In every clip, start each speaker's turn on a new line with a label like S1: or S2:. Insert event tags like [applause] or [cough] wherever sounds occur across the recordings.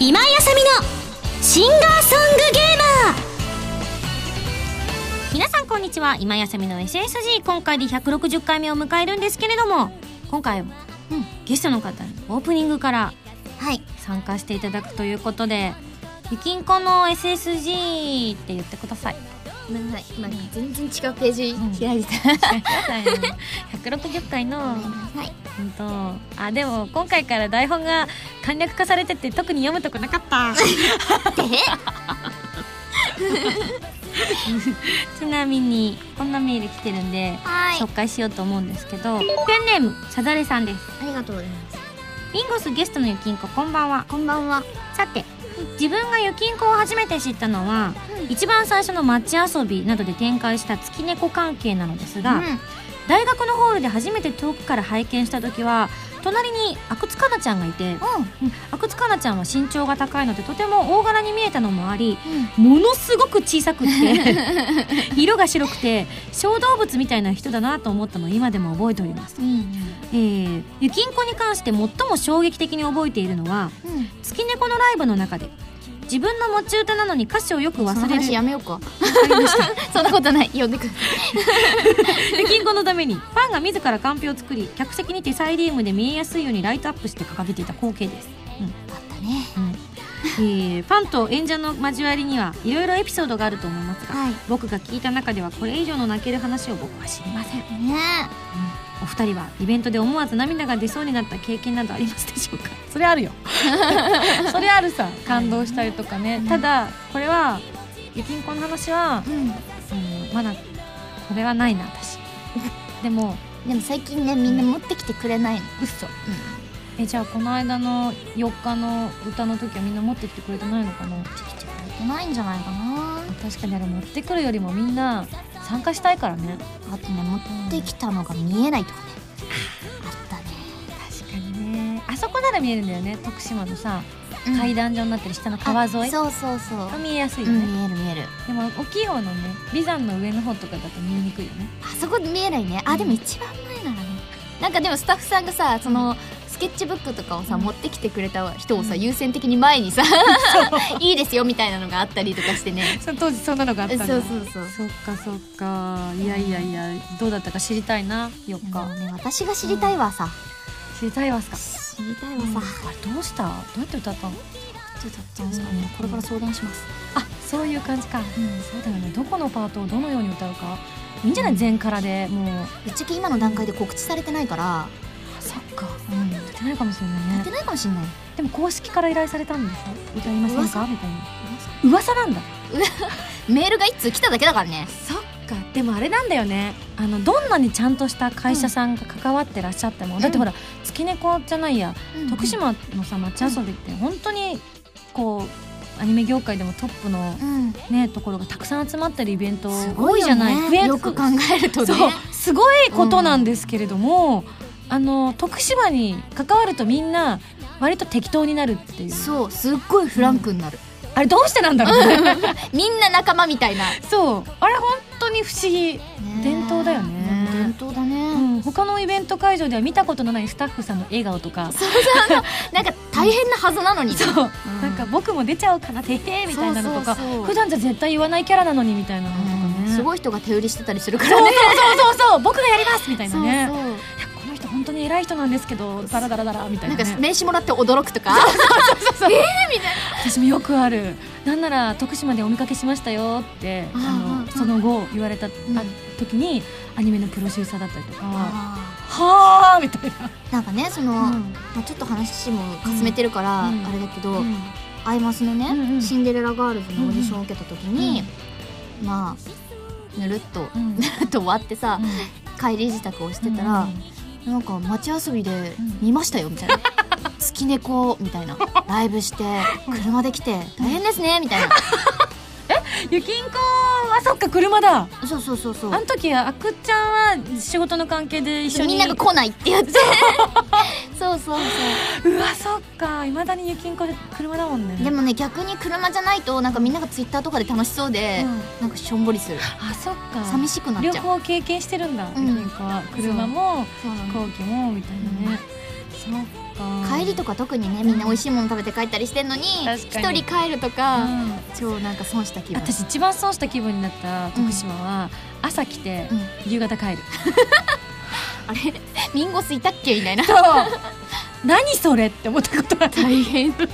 S1: 今井あさみのシンガーソングゲーマー皆さんこんにちは今井あさみの SSG 今回で160回目を迎えるんですけれども今回、うん、ゲストの方にオープニングから
S2: はい
S1: 参加していただくということでゆきんこの SSG って言ってください
S2: ごめんなさい今全然違うページ開いて
S1: [laughs] 160回
S2: た、
S1: の
S2: ごめんなさい
S1: うんとあでも今回から台本が簡略化されてて特に読むとこなかったちなみにこんなメール来てるんで、
S2: はい
S1: 紹介しようと思うんですけどペンネームさざれさんです
S2: ありがとうございます
S1: ビンゴスゲストのゆきんここんばんは
S2: こんばんは
S1: さて自分がゆきんこを初めて知ったのは
S2: うん
S1: 一番最初の街遊びなどで展開した月猫関係なのですが、
S2: うん
S1: 大学のホールで初めて遠くから拝見した時は隣に阿久津かなちゃんがいてうん阿久津かなちゃんは身長が高いのでとても大柄に見えたのもありものすごく小さくって
S2: [laughs]
S1: 色が白くて小動物みたいな人だなと思ったのを今でも覚えております、
S2: うん
S1: えー、ゆきんこに関して最も衝撃的に覚えているのは
S2: うんうん
S1: 月猫のライブの中で自分の持ち歌なのに歌詞をよく忘
S2: その
S1: れる
S2: 話やめようか [laughs]
S1: [laughs]
S2: そんなことない呼んでくださ
S1: 北京語のためにファンが自らカンペを作り客席に手サイリウムで見えやすいようにライトアップして掲げていた光景です、
S2: いあったね
S1: えーファンと演者の交わりにはいろいろエピソードがあると思いますが、
S2: はい
S1: 僕が聞いた中ではこれ以上の泣ける話を僕は知りません
S2: ね
S1: お二人はイベントで思わず涙が出そうになった経験などありますでしょうかそれあ [laughs] るよそれあるさ感動したりとかね、ただこれはゆきんこの話は、
S2: うん
S1: うん、まだこれはないな [laughs] 私でも
S2: でも最近ねみんな持ってきてくれないの
S1: 嘘えじゃあこの間の4日の歌の時はみんな持ってきてくれてないのかな
S2: 持ってきてくれてないんじゃないかな
S1: 確かにあれ持ってくるよりもみんな参加したいからね
S2: あとね持ってきたのが見えないとかねあったね
S1: 確かにねあそこなら見えるんだよね徳島のさ、
S2: うん
S1: 階段状になってる下の川沿い
S2: あそうそうそう、
S1: が見えやすいうよ
S2: ん、
S1: ね、
S2: 見える見える
S1: でも沖洋のね眉山の上の方とかだと見えにくいよね
S2: あそこ見えないねあでも一番前ならねなんかでもスタッフさんがさそのスケッチブックとかをさ、持ってきてくれた人をさ、優先的に前にさ [laughs] いいですよみたいなのがあったりとかしてね
S1: その当時そんなのがあっ
S2: そ
S1: た
S2: うん
S1: だ
S2: そうそう
S1: そっかそっかいやいやいやどうだったか知りたいな4
S2: でも
S1: 日
S2: ね私が知りたいわさ、
S1: 知りたいわすか、
S2: 知りたいわ
S1: うんあ
S2: さ、
S1: れどうしたどうやって歌ったの
S2: ちょっとじゃあねこれから相談します、
S1: あそういう感じか
S2: うん、
S1: そうだよねどこのパートをどのように歌うかいいんじゃない全からでもう
S2: ぶっちゃけ今の段階で告知されてないから、
S1: そっか
S2: うん、や
S1: やってないかもしれ
S2: っ
S1: ない
S2: て
S1: ね
S2: ないかもしんない
S1: でも公式から依頼されたんですよ歌いませんかみたいな
S2: 噂
S1: 噂なんだ
S2: メールが一通来ただけだからね
S1: そっかでもあれなんだよねあのどんなにちゃんとした会社さんが関わってらっしゃっても、
S2: ん
S1: だってほら月猫じゃないや、徳
S2: 島
S1: 島のさ町遊びって本当にこうアニメ業界でもトップの
S2: うん
S1: ねところがたくさん集まってるイベント
S2: す
S1: 多
S2: ごい
S1: いじ
S2: よ
S1: ゃない
S2: ね
S1: 増え
S2: よく考えるとね
S1: そうすごいことなんですけれども、あの徳島に関わるとみんな割と適当になるっていう
S2: そうすっごいフランクになる、
S1: あれどうしてなんだろうね
S2: みんな仲間みたいな、
S1: そうあれ本当に不思議、伝統だよね
S2: 伝統だね、
S1: うん、他のイベント会場では見たことのないスタッフさんの笑顔とか
S2: そうそうそうなんか大変なはずなのに
S1: そう、
S2: うん
S1: なんか僕も出ちゃうかなてへへみたいなのとか
S2: そうそうそう
S1: 普段じゃ絶対言わないキャラなのにみたいなのとか
S2: うん
S1: ね、
S2: す
S1: い
S2: ごい人が手売りしてたりするか
S1: そ
S2: ら
S1: う
S2: ね
S1: そうそうそう僕がやりますみたいな
S2: そう
S1: ね
S2: そう
S1: いやこの人本当に偉い人なんですけどダラダラダラみたい
S2: な
S1: なんね
S2: か名刺もらって驚くとか
S1: そうそうえ私もよくあるなんなら徳島でお見かけしましたよって
S2: あー
S1: あ
S2: うん
S1: のその後言われた、
S2: ん
S1: あ時にアニメのプロデューサーだったりとかは
S2: あ
S1: あみたいな、
S2: ーなんかねその、まあ、ちょっと話もかすめてるから、
S1: うん
S2: あれだけど、
S1: うん
S2: アイマスのね、
S1: うんうん
S2: シンデレラガールズのオーディションを受けた時に、まあぬるっと、
S1: うん
S2: ぬるっと終わってさ、帰り支度をしてたら、なんか街遊びで見ましたよみたいな「月猫」みたいな「ライブして車で来て大変ですね」みたいな
S1: ゆきんこはそっか車だ
S2: そうそうそうそ
S1: あ
S2: う
S1: の時あくっちゃんは仕事の関係で一緒に
S2: みんなが来ないってやってそそうそうそう
S1: わそっかいまだにゆきんこ車だもんね
S2: うでもね逆に車じゃないとなんかみんながツイッターとかで楽しそうで、
S1: うん
S2: なんかしょんぼりする
S1: あそっか
S2: 寂しくなっ
S1: 両
S2: ちゃう
S1: 方経験してるんだ、
S2: うん
S1: ゆきんこは車も
S2: そうな
S1: 飛
S2: の
S1: 行機もみたいなね、そっか
S2: 帰りとか特にねみんな美味しいもの食べて帰ったりしてんのに一
S1: 確かに
S2: 人帰ると
S1: か、
S2: か、
S1: うん
S2: 超なんか損した気分
S1: 私一番損した気分になった徳島は、朝来て、
S2: うん
S1: 夕方帰る
S2: あれミンゴスいたっけみたいな
S1: 何それって思った [laughs] ことある
S2: 大変だ
S1: なん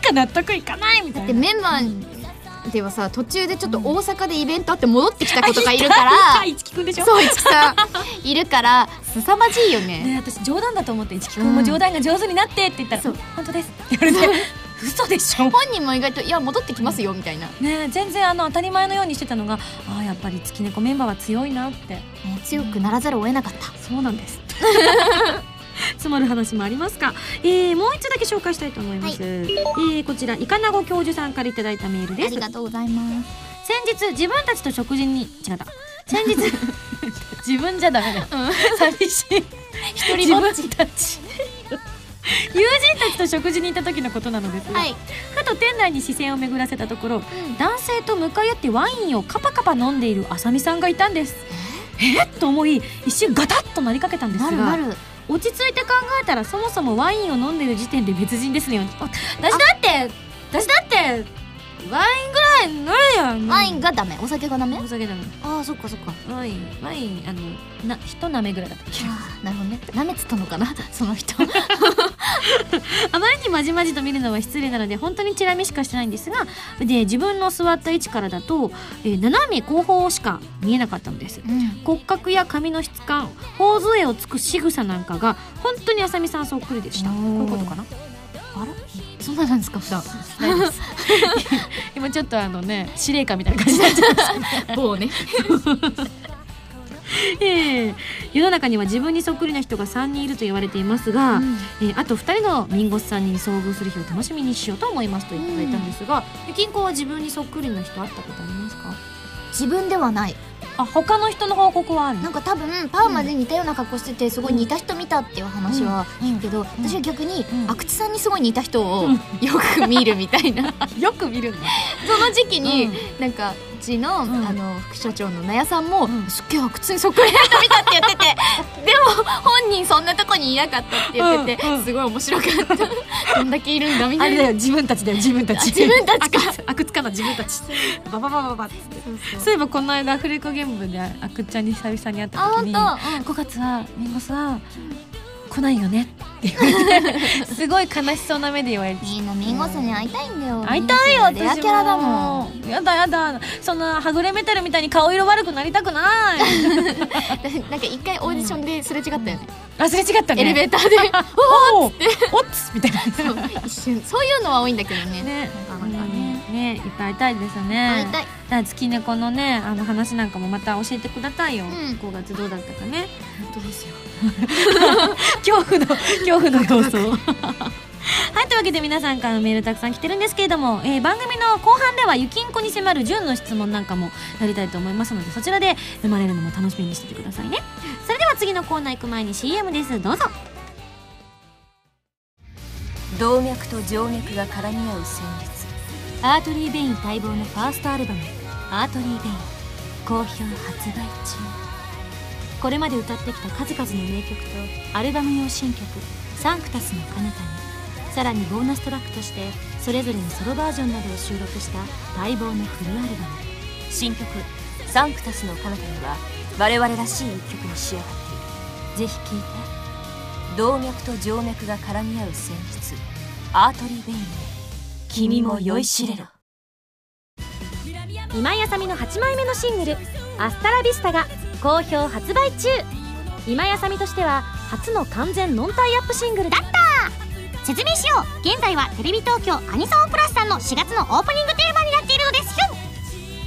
S1: か納得いかないみたい
S2: っ
S1: な
S2: てメンバーではさ途中でちょっと大阪でイベントあって戻ってきた子とかいるから [laughs]
S1: あいつきくんでしょ
S2: そう一木さんいるから凄まじいよね
S1: ね、私冗談だと思って一木君も冗談が上手になってって言ったら「
S2: そう
S1: 本当です」って言われて「嘘でしょ
S2: 本人も意外と「いや戻ってきますよ」みたいな、ね、」
S1: [laughs] ね全然あの当たり前のようにしてたのがああやっぱり月猫メンバーは強いなって
S2: 強くならざるを得なかった
S1: そうなんです [laughs] つまる話もありますが、えー、もう一つだけ紹介したいと思います、えーこちらイカナゴ教授さんからいただいたメールです
S2: とうございます
S1: 先日自分たちと食事に違った先 [laughs] 日自分じゃダメだよ、寂しい自
S2: 一人ぼっ
S1: 分たち友人たちと食事に行った時のことなのですが、
S2: はい、
S1: ふと店内に視線を巡らせたところ
S2: うん
S1: 男性と向かい合ってワインをカパカパ飲んでいるあさみさんがいたんですえっと思い一瞬ガタッとなりかけたんです
S2: なるな
S1: が
S2: る
S1: 落ち着いて考えたらそもそもワインを飲んでいる時点で別人ですねあ私だって私だってワインぐらい飲むよ
S2: ワインがダメお酒がダメ
S1: お酒だもん
S2: ああそっかそっか
S1: ワインワインあのな一舐めぐらいだったっけ
S2: あーなるほどねなめてたのかなその人
S1: あまりにまじまじと見るのは失礼なので本当にチラ見しかしてないんですがで自分の座った位置からだと、えー斜め後方しか見えなかったのです
S2: うん
S1: 骨格や髪の質感頬杖をつく仕草なんかが本当にあさみさんそっくりでした
S2: お
S1: こ
S2: ー
S1: ういうことかな
S2: あら [laughs] そんな [laughs] なんですか普段
S1: ないです今ちょっとあのね司令官みたいな感じになっちゃいまし
S2: 某ね
S1: た [laughs] ええ世の中には自分にそっくりな人が3人いると言われていますが、えーあと2人のミンゴスさんに遭遇する日を楽しみにしようと思いますといただいたんですが、ゆきんこは自分にそっくりな人あったことありますか
S2: 自分ではない
S1: あ他の人の報告はある
S2: なんか多分パーマで似たような格好しててすごい似た人見たっていう話は聞くけど、
S1: ん
S2: 私は逆に、
S1: うん
S2: 阿久津さんにすごい似た人を
S1: うん
S2: よく見るみたいな
S1: よく見るんだ
S2: [laughs] その時期に、
S1: うん
S2: なんかうちの,、
S1: ん
S2: あの副社長の納屋さんも、
S1: うん
S2: すっげえ阿久津にそっくりな人見たって言って [laughs] てでも本人そんなとこにいなかったって言ってて、
S1: うんうん
S2: すごい面白かった [laughs] どんだけいるんだみたいな。
S1: よ自分たちだよ自分た
S2: あ自分たちか
S1: あくつかな自分たちバババババっつって
S2: そうそう
S1: そういえばこの間アフレコ原文でああくっちゃんに久々に会っ
S2: あ
S1: た時
S2: 本
S1: に
S2: 当、うん
S1: 5月はミンゴスは来ないよねって言われてすごい悲しそうな目で言われて
S2: みんなミンゴスに会いたいんだよ
S1: 会いたいよ私
S2: ミ
S1: も
S2: ンゴスレアキャラだもん
S1: やだやだそんなはぐれメタルみたいに顔色悪くなりたくない
S2: なんか一回オーディションですれ違ったよね、
S1: 忘れ違ったね
S2: エレベーターで
S1: おおっおっつみたい
S2: そう一瞬そういうのは多いんだけどね
S1: なね
S2: なかなかね
S1: ねいっぱい会いたいですね
S2: 会いた
S1: だ
S2: い
S1: から月猫のねあの話なんかもまた教えてくださいよ、
S2: ん
S1: 5月どうだったかね
S2: 本当ですよ
S1: [laughs] 恐怖の恐怖の放送 [laughs] はいというわけで皆さんからのメールたくさん来てるんですけれども、えー番組の後半ではゆきんこに迫る純の質問なんかもやりたいと思いますのでそちらで生まれるのも楽しみにしててくださいねそれでは次のコーナー行く前に CM ですどうぞ
S3: 動脈と静脈が絡み合う旋律
S1: アートリー・ベイン待望のファーストアルバム「アートリー・ベイン」好評発売中これまで歌ってきた数々の名曲とアルバム用新曲「サンクタスの彼方にさらにボーナストラックとしてそれぞれのソロバージョンなどを収録した待望のフルアルバム
S3: 新曲「サンクタスの彼方には我々らしい一曲に仕上がっている
S1: ぜひ聴いて
S3: 動脈と静脈が絡み合う旋律アートリー・ベインで「君も酔いしれろ」
S1: 今井あさみの8枚目のシングル「アスタラビスタ」が好評発売中今井あさみとしては初の完全ノンタイアップシングルだった説明しよう現在はテレビ東京アニソンプラスさんの4月のオープニングテーマになっているのです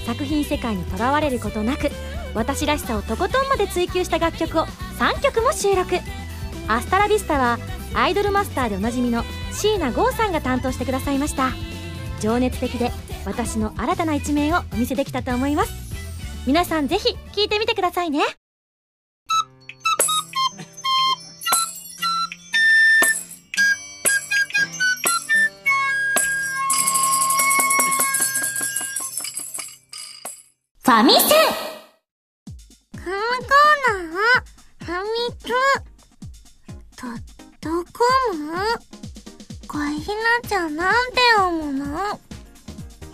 S1: 作品世界にとらわれることなく私らしさをとことんまで追求した楽曲を3曲も収録「アスタラビスタ」はアイドルマスターでおなじみの椎名剛さんが担当してくださいました情熱的で私の新たな一面をお見せできたと思います皆さんぜひ聞いてみてくださいねファミセ
S4: このコーナーは、ファミツ、ドットコムこれひなちゃんなんて読むの編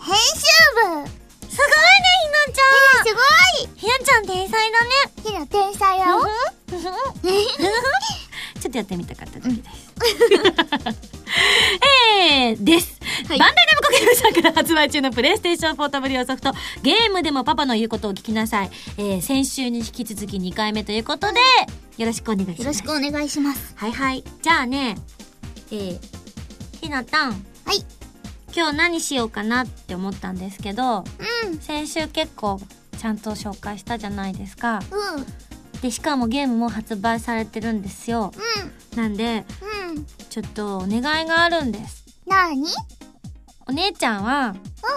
S4: 集部すごいね、ひなちゃん、すごいひなちゃん天才だねひな天才だよ
S1: ちょっとやってみたかっただけです。えー、です。
S2: はい
S1: バンダイナムコゲームさんから発売中のプレイステーションポータブル用ソフト、ゲームでもパパの言うことを聞きなさい。えー、先週に引き続き2回目ということで、よろしくお願いします。
S4: よろしくお願いします。
S1: はいはい。じゃあね、えー、ひなたん。
S4: はい。
S1: 今日何しようかなって思ったんですけど、
S4: うん。
S1: 先週結構ちゃんと紹介したじゃないですか。
S4: うん。うん。
S1: で、しかもゲームも発売されてるんですよ。なんで、
S4: うん。
S1: ちょっとお願いがあるんです。
S4: なーに
S1: お姉ちゃんは、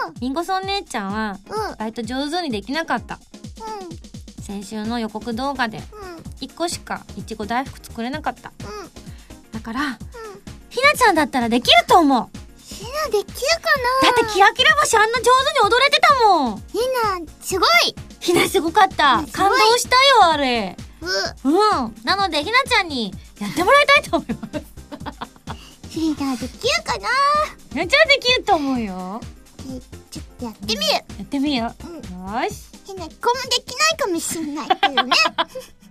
S4: うん。
S1: りんごさんお姉ちゃんは、
S4: うん。
S1: バイト上手にできなかった。
S4: うん。
S1: 先週の予告動画で、
S4: うん。
S1: 1個しかいちご大福作れなかった。
S4: うん。
S1: だから、
S4: うん。
S1: ひなちゃんだったらできると思う
S4: ひなできるか
S1: だ
S4: な
S1: ってキラキラ星あんな上手に踊れてたもん
S4: ひな、すごい
S1: ひなすごかった
S4: すごい
S1: 感動したよあれ
S4: う
S1: うんなのでひなちゃんにやってもらいたいと思います
S4: ひなできるかな
S1: ひなちゃんできると思うよ
S4: えちょっとやってみる
S1: やってみよ
S4: うん
S1: うよし
S4: ひな、こもできないかもしんないけどね [laughs]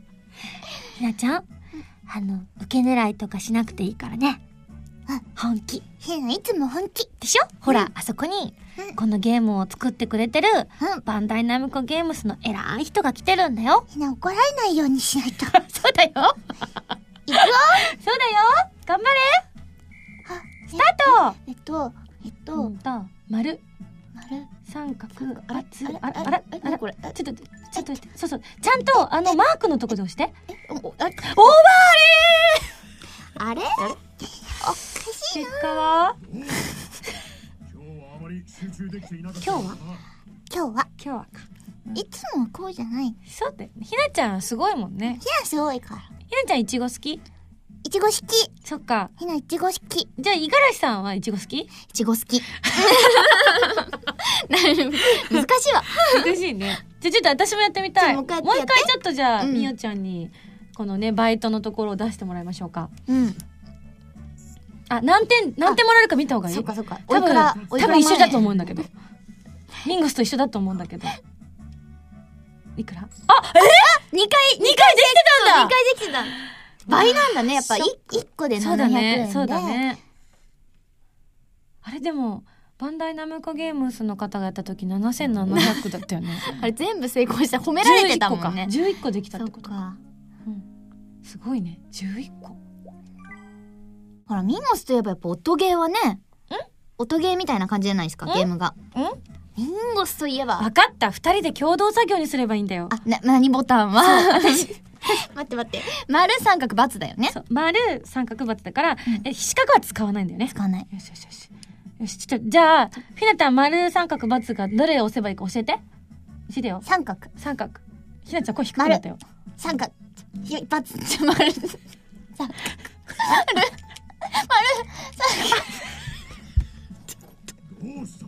S1: ひなちゃんあの受け狙いとかしなくていいからね
S4: うん
S1: 本気
S4: ひないつも本気
S1: でしょほら、あそこに
S4: うん
S1: このゲームを作ってくれてる
S4: うん
S1: バンダイナムコゲームスの偉い人が来てるんだよ
S4: ひな怒られないようにしないと [laughs]
S1: [laughs] そうだよそう
S4: いく
S1: だ
S4: よ
S1: よ頑張れスタート
S4: えっと、えっと、
S1: うんと丸
S4: 丸
S1: 三角
S4: あれ
S1: バツ
S4: あ
S1: あ
S4: れ
S1: ら
S4: あ
S1: あ
S4: れ
S1: ら
S4: あれ
S1: あら
S4: こ
S1: こ
S4: れ
S1: れちょっとちょっと待ってそうそうちゃんとあのマークのとこで押して
S4: おあ
S1: オ
S4: れ
S1: ーバ
S4: あれおかし
S1: ー
S4: い
S1: 結果は
S5: 今日はあまり集中できていなかった
S1: 今日は
S4: 今日は
S1: 今日はか
S4: いつもはこうじゃないひ
S1: そうだよねひなちゃんはすごいもんね
S4: なすごいから
S1: ひなちゃんいちご好き
S4: いちご好き
S1: そっか
S4: ひないちご好き
S1: じゃあ五十嵐さんはいちご好き
S2: いちご好き。難しいわ。
S1: 難しいね [laughs] じゃあちょっと私もやってみたい
S4: ちょっと
S1: も
S4: も
S1: う
S4: う
S1: 一
S4: 一回やって
S1: 回ちょっとじゃあ、
S2: うん
S1: みおちゃんにこのねバイトのところを出してもらいましょうか
S2: うん。
S1: あ何点何点もらえるか見た方がいい
S2: そっかそっか。
S1: 多分
S2: おい
S1: 多
S2: くら
S1: 分一緒だと
S2: 思
S1: 思うんだけどミンゴスと一緒だと思うんだけどいくらあえ
S2: う。二回、
S1: 二2回できてた
S2: 二
S1: んだ
S2: 回できてた。倍なんだね、やっぱ。い
S4: ショッ
S2: 一個で700円で。
S1: そうだねそうだ。ねあれでもバンダイナムコゲームスの方がやった時7700だったよね
S2: あれ全部成功した。 [laughs] 褒められてたもんね。
S1: 11個か11個できた
S2: そ
S1: っ
S2: って
S1: こと
S2: か。
S1: すごいね11個
S2: ほら、ミンゴスといえばやっぱ音ゲーはね。ん音ゲーみたいな感じじゃないですか、
S1: ん
S2: ゲームが。
S1: ん
S2: ミンゴスといえば。
S1: 分かった2人で共同作業にすればいいんだよ
S2: あ、な、何ボタンは私。 [laughs] 待って待って。丸三角×だよね。
S1: そう丸三角バツだから、え四角は使わないんだよね
S2: 使わない。
S1: よしよしよし。よし、ちょっと、じゃあ、ひなちゃん、丸、三角、×がどれを押せばいいか教えて。教えてよ。
S4: 三角
S1: 三角。ひなちゃん、これ低くなったよ。
S4: 三角よ一発
S2: ちょ、丸。
S5: どうした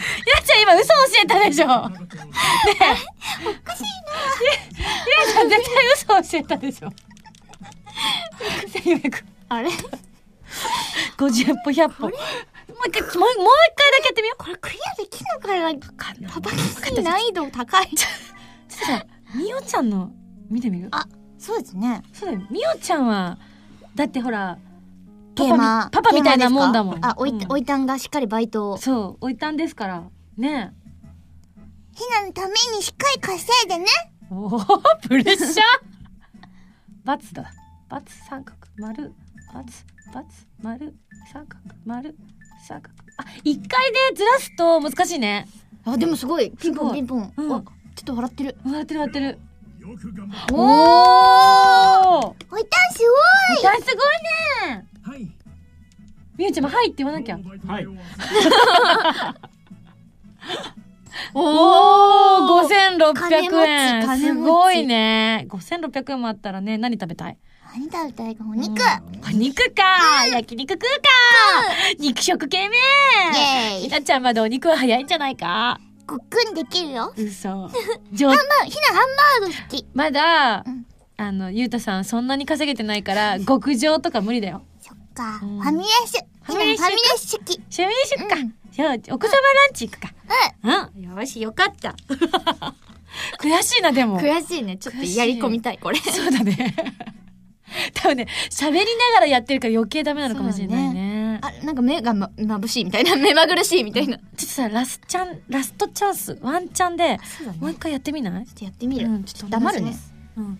S1: ひなちゃん、今、嘘教えたでしょ。ひ
S5: なんかこう
S1: なちゃん、絶対嘘教えたでしょ。
S2: あれ
S1: 50歩、100歩。もう一回、もうもう一回だけやってみよう。これ、クリ
S2: いやできなかな
S1: アかんない。
S2: パパキス難易度高い。
S1: ちょっとさ、みおちゃんの、見てみる
S4: あそうですね
S1: そうだよ。みおちゃんは、だってほら、
S2: ゲ
S1: パパ
S2: ー
S1: み
S2: マー
S1: パパみたいなもんだも
S2: ゲー
S1: ん。
S2: マーですかあ、おい、
S1: うん
S2: おいたんがしっかりバイトを。
S1: そう、置いたんですから。ねえ。
S4: ひなのためにしっかり稼いでね
S1: おおプレッシャーバツだバツ三角丸バツバツ丸三角丸三角あ一回でずらすと難しいね
S2: あ、でもすごい。ピン
S1: す
S2: ポ
S1: ご
S2: ン
S1: い
S2: ピンポン。
S1: うん
S2: あちょっと笑ってる。
S1: 笑ってる笑ってる
S5: よく頑張っ
S1: おお
S4: おいたんすご
S1: 大体すごいね
S5: たはい
S1: みゆちゃんも「はい」って言わなきゃ
S5: はい [laughs]
S1: おお5600
S2: 金持ち
S1: 円
S2: 金
S1: す
S2: 持ち
S1: ごいね5600円もあったらね何食べたい
S4: い何食べたいかお肉、
S1: うん
S4: イ
S1: あ肉か焼肉食うか肉食系め
S4: ェーイ
S1: ひなちゃんまでお肉は早いんじゃないか
S4: 5個組んできるよ。
S1: 嘘。上
S4: まあ、ひなハンバーグ好き。
S1: まだ、
S4: うん
S1: あの、ゆうたさんそんなに稼げてないから、極上とか無理だよ。
S4: そっか、
S1: うん
S4: ファミレス。ひな
S1: ファ
S4: フ
S1: ミ
S4: ァミ
S1: レ
S4: レ
S1: ス
S4: ス好き。うん。
S1: シャミレシッか。
S4: うん
S1: じゃあ、奥様ランチ行くか。うん。よし、よかった。 [laughs] 悔しいな、でも。
S2: 悔しいね。ちょっとやり込みたい、これ。
S1: そうだね。 [laughs] 多分ね、喋りながらやってるから余計ダメなのかもしれないね。あ
S2: あ、なんか目がま、眩しいみたいな。目まぐるしいみたいな。
S1: ちょっとさ、ラスチャン、ラストチャンス、ワンチャンで、
S2: そうだね。ち
S1: も
S2: ょ
S1: う一回やってみない
S2: っとやってみる。
S1: うん
S2: ちょっと黙るね。
S1: うん。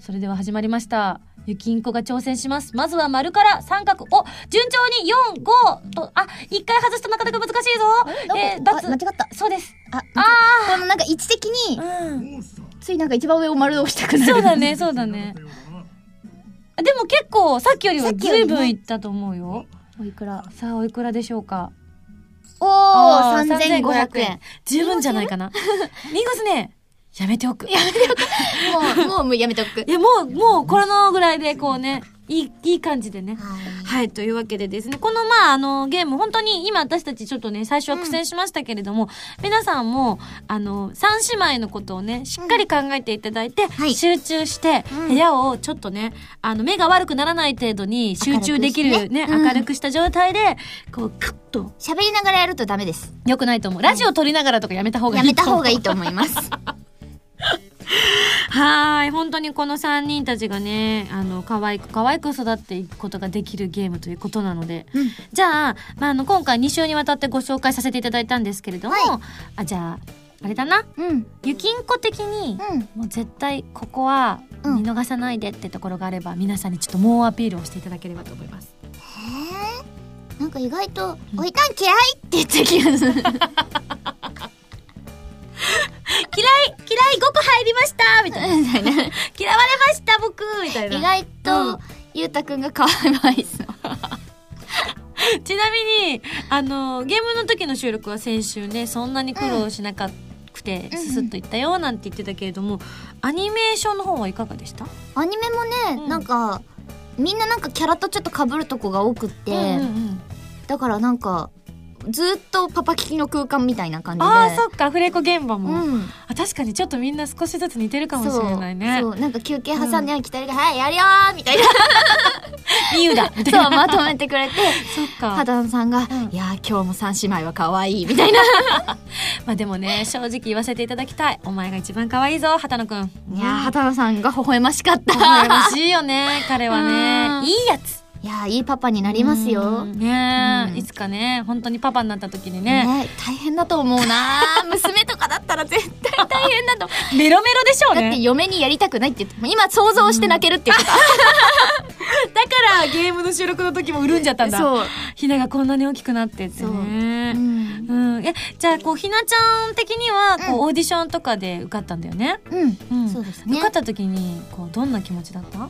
S1: それでは始まりました。ゆきんこが挑戦します。まずは丸から三角。お順調に四五と、あ、一回外すとなかなか難しいぞ。えー、
S2: あ
S1: バツ
S2: 間違った。
S1: そうです。
S2: あ、あこのなんか位置的に、
S1: うん。
S5: どうした
S2: ついなんか一番上を丸をしたくなる。
S1: そうだね、そうだね [laughs]
S5: だ。よな
S1: でも結構、さっきよりは
S2: さっきより
S1: 随
S2: ね
S1: 分いったと思うよ。
S2: おいくら
S1: さあ、おいくらでしょうか
S2: お
S1: あ
S2: ー、
S1: ー
S2: 3500円。
S1: 十分じゃない
S2: [laughs]
S1: かな。リンゴスね、やめておく。
S2: もう、もうもうやめとく
S1: い。や、もう、もう、これのぐらいで、こうね、いい、いい感じでね。はい、というわけでですね、この、まあ、あの、ゲーム、本当に今私たちちょっとね、最初は苦戦しましたけれども、皆さんも、あの、三姉妹のことをね、しっかり考えていただいて、
S4: い
S1: 集中して、
S4: うん
S1: 部屋をちょっとね、あの、目が悪くならない程度に集中できるね、明る
S4: うん
S1: くした状態で、こう、カッと、
S2: 喋りながらやるとダメです。
S1: 良くないと思う。ラジオ撮りながらとかやめた方がい
S2: や
S1: いと思う。
S2: めた方がいいと思い
S1: [laughs]
S2: ます。
S1: はーい本当にこの3人たちがねあの可愛く可愛く育っていくことができるゲームということなので、
S2: うん
S1: じゃあ,、まあ、あの今回2週にわたってご紹介させていただいたんですけれども、あじゃああれだな
S2: うん。
S1: ゆきんこ的に、
S2: うん。
S1: もう絶対ここは
S2: うん
S1: 見逃さないでってところがあれば、皆さんにちょっと猛アピールをしていただければと思います。
S4: なんか意外と、
S2: おいたん嫌いって言った気がする。
S1: 嫌い嫌い5個入りましたみたいな [laughs] 嫌われました僕みたいな
S2: 意外
S1: うん
S2: と、ゆうたくんが可愛いそう。
S1: ちなみにあのゲームの時の収録は先週ねそんなに苦労しなかくて、
S2: うん
S1: ススッといったよなんて言ってたけれども、アニメーションの方はいかがでした、
S2: アニメもね、
S1: うん
S2: なんか、みんななんかキャラとちょっと被るとこが多くって、
S1: うんうんうん
S2: だからなんか、ずーっとパパ聞きの空間みたいな感じで。
S1: あーそっかアフレコ現場も、
S2: うん。
S1: あ確かにちょっとみんな少しずつ似てるかもしれないね
S2: そうそうなんか休憩挟んで、来たりが「はいやるよー」みたいな
S1: みゆだみたい
S2: [laughs] そ
S1: な
S2: うまとめてくれて
S1: [laughs] そっか
S2: 肌野さんが「
S1: ん
S2: いやー今日も三姉妹は可愛いみたいな
S1: まあでもね正直言わせていただきたいお前が一番可愛いぞ畑野くん
S2: いやー畑野さんが微笑ましかった
S1: 羨ましいよね [laughs] 彼は
S2: う
S1: ね
S2: ん
S1: いいやつ
S2: いやーいいパパになりますよ、
S1: うんねえ、
S2: うん
S1: いつかね本当にパパになった時にね
S2: ね、大変だと思うな
S1: [laughs]
S2: ー娘とかだったら絶対大変だと思
S1: メロメロでしょう
S2: うだって
S1: ね
S2: 嫁にやりたくないって言っても今想像して泣けるっていうこ
S1: だからゲームの収録の時も潤んじゃったん
S2: と
S1: だ
S2: そう、
S1: ひながこんなに大きくなってってね [laughs]
S2: うん
S1: うん、えじゃあこうひなちゃん的にはこう、
S2: う
S1: オーディションとかで受かったんだよね、
S2: うん、
S1: うん
S2: そうです
S1: 受
S2: ね
S1: かった時にこうどんな気持ちだった、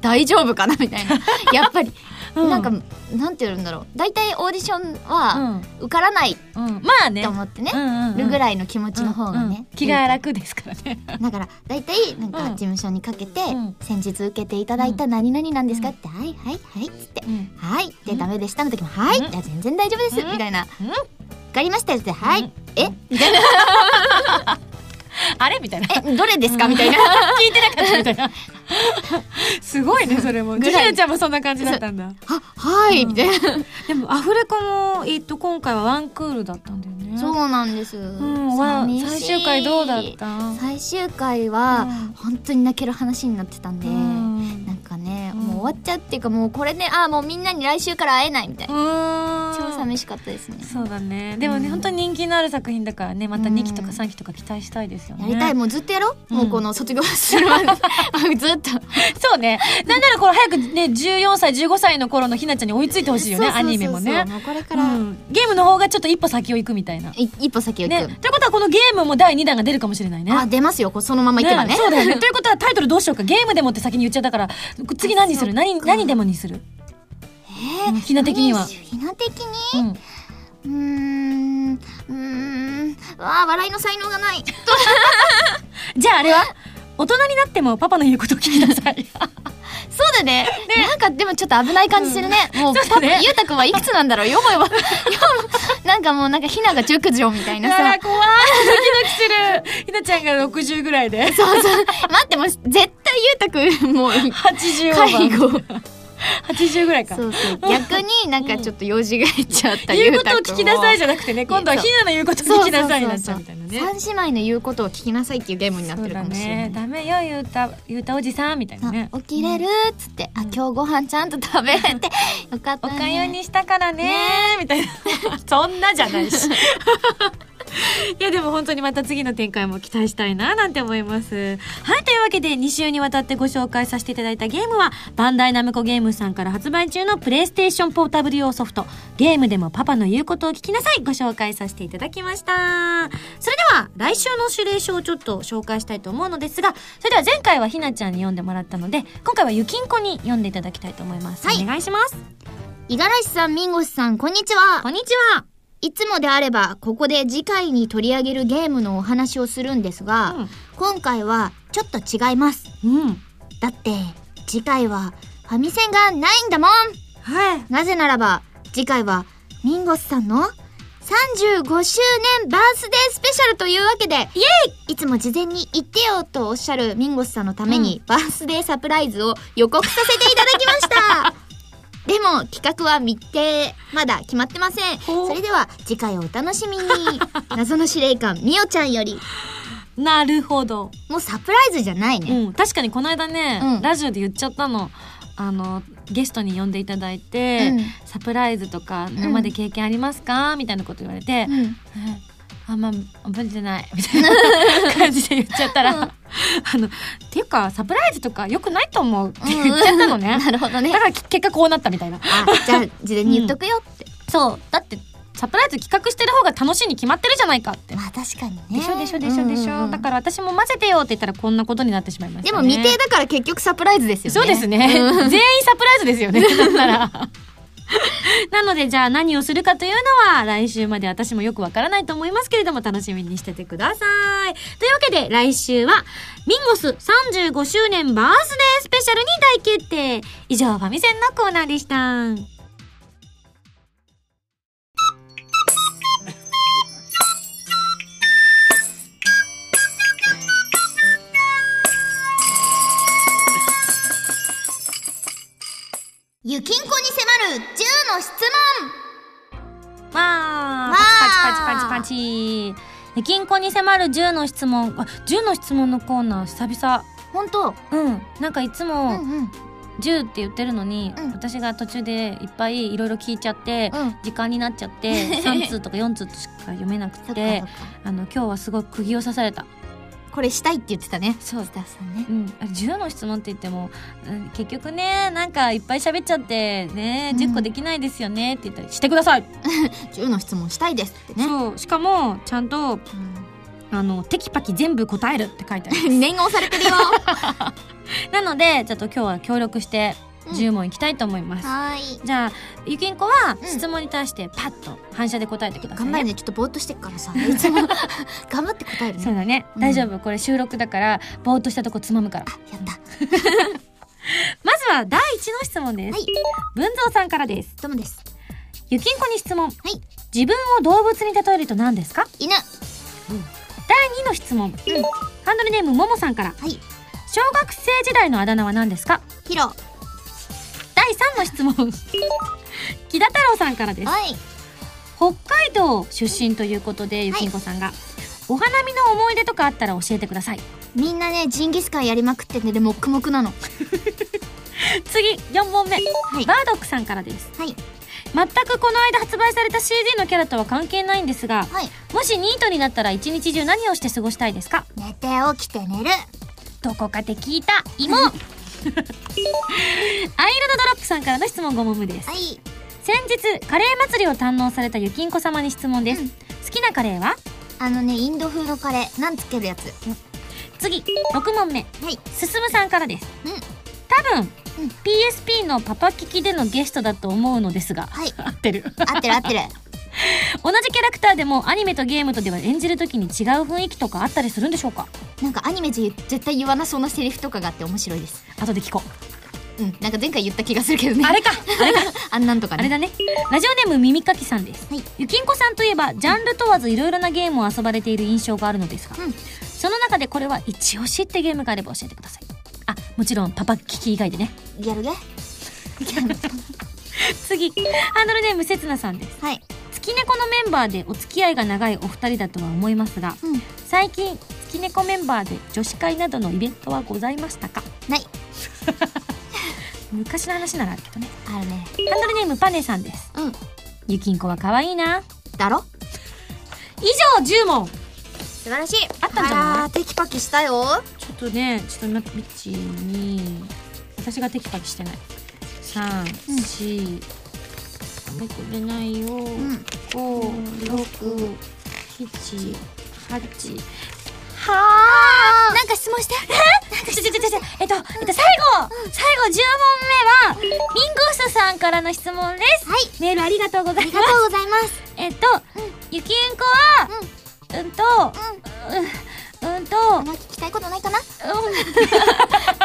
S2: 大丈夫かなみたいな [laughs] やっぱり、
S1: う
S2: なんかなんて言うんだろう大体オーディション
S1: う
S2: は
S1: ん、
S2: 受からない
S1: うん、まあね
S2: と思ってね、
S1: うんうん
S2: るぐ
S1: い
S2: らいの気持ちの方がね、
S1: 気が楽ですからね
S2: だから大体なんか
S1: うん
S2: 事務所にかけて、
S1: ん
S2: 先日受けていただいた何々なんですか
S1: うん
S2: って、はいはいはいっつって、
S1: うん
S2: はいで、
S1: うん
S2: ダメでしたの時も、はい
S1: うん
S2: いや全然大丈夫です、
S1: うん
S2: みたいな、
S1: うん
S2: わかりましたって言って、はい、
S1: うん
S2: えみたいな [laughs]
S1: あれみたいな
S2: えどれですか、みたいな
S1: 聞いてなかったみた
S2: [laughs]
S1: いなすごいねそれも
S2: ぐ
S1: ひ
S2: らい
S1: なちゃんもそんな感じだったんだ
S2: [laughs] あはい、みたいな、
S1: でもアフレコも、えっと、今回はワンクールだったんだよね
S2: そうなんです、
S1: うん、わ
S2: 寂しい
S1: 最終回どうだった
S2: 最終回は、
S1: うん
S2: 本当に泣ける話になってたんで、
S1: うん
S2: なんかね、
S1: うん
S2: もう終わっちゃうっていうかもうこれねあーもうみんなに来週から会えないみたいな、超
S1: 超
S2: 寂しかったですね
S1: そうだねでもね、
S2: うん
S1: 本当に人気のある作品だからねまた
S2: うん
S1: 2期とか3期とか期待したいですよね
S2: やりたい、もうずっとやろう、もうこの卒業するま
S1: [laughs]
S2: で。ずっと。
S1: そうねなんならこれ早くね14歳15歳の頃のひなちゃんに追いついてほしいよね
S2: そうそうそうそう
S1: アニメもね
S2: うこれから、
S1: うんゲームの方がちょっと一歩先を行くみたいない
S2: 一歩先を行
S1: ね
S2: く。
S1: ということはこのゲームも第2弾が出るかもしれないね
S2: あ、出ますよ、こうそのまま行けばね。
S1: そうだよ
S2: [laughs]
S1: ねということはタイトルどうしようかゲームでもって先に言っちゃったから次何にする何何でもにする
S4: え
S1: うんひな的には
S4: ひな的に
S1: うん
S2: うーん。うーん。わあ、笑いの才能がない。 [laughs]
S1: じゃああれは大人になってもパパの言うことを聞きなさい。
S2: そうだねなんかでもちょっと危ない感じするね、もうパパゆうたくんはいくつ [laughs] なんだろうよもよもなんかもうなんかひなが熟女みたいな
S1: あ
S2: さ
S1: ら怖いドキドキするひなちゃんが60ぐらいで
S2: そうそう待ってもう絶対ゆうたくんもう
S1: 80
S2: 介護
S1: 80ぐらいか
S2: そうそう逆になんかちょっと用事が入っちゃった
S1: 言う
S2: ゆ
S1: こ
S2: う
S1: と
S2: た
S1: を
S2: くん
S1: 聞きなさいじゃなくてね今度はひなの言うことを聞きなさいになっちゃうみたいなね
S2: 三姉妹の言うことを聞きなさいっていうゲームになっ
S1: そう
S2: てる
S1: だ
S2: かもしれな
S1: ね
S2: い
S1: ダメよゆうたゆうたおじさんみたいなね
S2: あ起きれるっつって、あ今日ご飯ちゃんと食べれてよかっ
S1: お
S2: たね
S1: かゆにしたからねみたいな [laughs] そんなじゃないし [laughs] いやでも本当にまた次の展開も期待したいななんて思いますはいというわけで2週にわたってご紹介させていただいたゲームはバンダイナムコゲームさんから発売中のプレイステーションポータブル用ソフトゲームでもパパの言うことを聞きなさいご紹介させていただきましたそれでは来週の指令書をちょっと紹介したいと思うのですがそれでは前回はひなちゃんに読んでもらったので今回はゆきんこに読んでいただきたいと思います、
S4: はい
S1: お願いします
S4: 五十嵐さん、ミンゴスさん、こんにちは。
S1: こんにちはい
S4: つもであれば、ここで次回に取り上げるゲームのお話をするんですが、
S1: うん
S4: 今回はちょっと違います。
S1: うん。
S4: だって、次回はファミセンがないんだもん
S1: はい。
S4: なぜならば、次回はミンゴスさんの35周年バースデースペシャルというわけで、イエイいつも事前に言ってよとおっしゃるミンゴスさんのために、バースデーサプライズを予告させていただきました。 [laughs] でも企画は未定。まだ決まってません。
S1: ほう
S4: それでは次回をお楽しみに。謎の司令官、ミオちゃんより。
S1: なるほど。
S4: もうサプライズじゃないね。
S1: うん。確かにこの間ね、
S4: うん
S1: ラジオで言っちゃったの。あの、ゲストに呼んでいただいて、
S4: うん
S1: サプライズとか、今まで経験ありますか、みたいなこと言われて、
S4: うん
S1: えあんま覚えてない、みたいな感じで言っちゃったら、あの、っていうか、サプライズとか良くないと思うって言っちゃったの [laughs] ね。
S4: なるほどね
S1: だ。からき結果こうなったみたいな。
S4: あ、じゃあ事前に言っとくよって。
S1: そう。だって、サプライズ企画してる方が楽しいに決まってるじゃないかって。
S4: まあ確かにね。
S1: でしょでしょでしょでしょ、だから私も混ぜてよって言ったらこんなことになってしまいまし
S2: で
S1: た、
S2: も
S1: ね、
S2: 未定だから結局サプライズですよね
S1: そうですね、全員サプライズですよね
S2: [laughs]
S1: だったらなのでじゃあ何をするかというのは来週まで私もよくわからないと思いますけれども楽しみにしててくださいというわけで来週はミンゴス35周年バースデースペシャルに大決定以上ファミセンのコーナーでした
S4: ゆきんこに迫る10の質
S1: わあ
S4: わあ
S1: パチパチパチパチゆきんこに迫る10の質問あ10の質問のコーナー久々
S4: 問本当
S1: うんなんかいつ
S4: う
S1: も
S4: んうん
S1: 10って言ってるのに、
S4: うん
S1: 私が途中でいっぱいいろいろ聞いちゃって、
S4: うん
S1: 時間になっちゃって
S4: [laughs]
S1: 3通とか4通しか読めなく
S4: そっかそ
S1: て
S4: っか
S1: あの今日はすごく釘を刺された
S2: これしたいって言ってたね
S1: そう
S2: スタッフさんね
S1: うん、あ10の質問って言っても、うん結局ねなんかいっぱい喋っちゃってね10個できないですよねって言ったりしてください、
S2: 10の質問したいですってね
S1: そうしかもちゃんとあのテキパキ全部答えるって書いてある
S2: 念願されて [laughs] るよ
S1: なのでちょっと今日は協力して
S4: うん
S1: 10問いきたいと思います、
S4: はーい
S1: じゃあゆきんこは
S4: うん
S1: 質問に対してパッと反射で答えてください、
S4: 頑
S1: ね、
S4: 張るねちょっとぼーっとしてっからさいつも頑張って答えるね
S1: そうだね、
S4: うん
S1: 大丈夫これ収録だからぼーっとしたとこつまむから
S4: あやった
S1: [laughs] まずは第一の質問です、
S4: はい
S1: 文蔵さんからです
S4: どうもです、
S1: ゆきんこに質問、はい自分を動物に例えると何ですか
S4: 犬
S1: 第2の質問、ハンドルネームももさんから、
S4: はい
S1: 小学生時代のあだ名は何ですか
S4: ヒロは
S1: 第3の
S4: [laughs]
S1: 質問木田太郎さんからです
S4: い
S1: 北海道出身ということでゆきんこさんが、お花見の思い出とかあったら教えてください
S4: みんなねジンギスカンやりまくってねでもくもくなの
S1: 次4問目、
S4: い
S1: バードックさんからです
S4: はい
S1: 全くこの間発売された CD のキャラとは関係ないんですが
S4: はい
S1: もしニートになったら一日中何をして過ごしたいですか
S4: 寝て起きて寝る
S1: どこかで聞いた
S4: [laughs]
S1: 芋アイルドドロップさんからの質問5問目です
S4: はい
S1: 先日カレー祭りを堪能されたゆきんこ様に質問です、
S4: うん
S1: 好きなカレーは
S4: あのねインド風のカレーなんつけるやつ
S1: 次6問目
S4: はい
S1: すすむさんからです、
S4: うん
S1: 多分、
S4: うん
S1: PSP のパパ聞きでのゲストだと思うのですが、 [laughs]
S4: はい
S1: 合ってる
S4: 合ってる合ってる
S1: 同じキャラクターでもアニメとゲームとでは演じる時に違う雰囲気とかあったりするんでしょうか
S2: なんかアニメで絶対言わなそうなセリフとかがあって面白いです
S1: 後で聞こう
S2: うん、なんか前回言った気がするけどね
S1: あれかあれか
S2: あんなんとか
S1: あれ
S2: ね
S1: だねラジオネーム耳かきさんです、
S2: はい
S1: ゆきんこさんといえばジャンル問わずいろいろなゲームを遊ばれている印象があるのですが、
S2: うん
S1: その中でこれは一押しってゲームがあれば教えてくださいあもちろんパパ聞き以外でね
S2: ギャルゲ
S1: 次ハンドルネームせつなさんです
S2: はい
S1: 月猫のメンバーでお付き合いが長いお二人だとは思いますが、
S2: うん
S1: 最近月猫メンバーで女子会などのイベントはございましたか
S2: ない
S1: [laughs] 昔の話ならあるけどね
S2: あるね
S1: ハンドルネームパネさんです
S2: うん
S1: ゆきんこは可愛いな
S2: だろ
S1: 以上10問
S2: 素晴らしい
S1: あったんじゃない
S2: あーテキパキしたよ
S1: ちょっとね、ちょっと待って、1、2、私がテキパキしてない。3、4、あんまり飛べないよ。
S2: うん
S1: 5、6、7、8。
S2: はあなんか質問して
S1: ちょちょちょ [laughs] ちょちょ、えっと、えっと、最後、最後10問目は、ミンゴスさんからの質問です。
S2: はい
S1: メールありがとうござ
S2: あ
S1: い
S2: り
S1: ま
S2: が
S1: す。
S2: とうございます
S1: えっと、ゆきうんこは、うんと、うん、うんと、
S2: あの聞きたいことないかな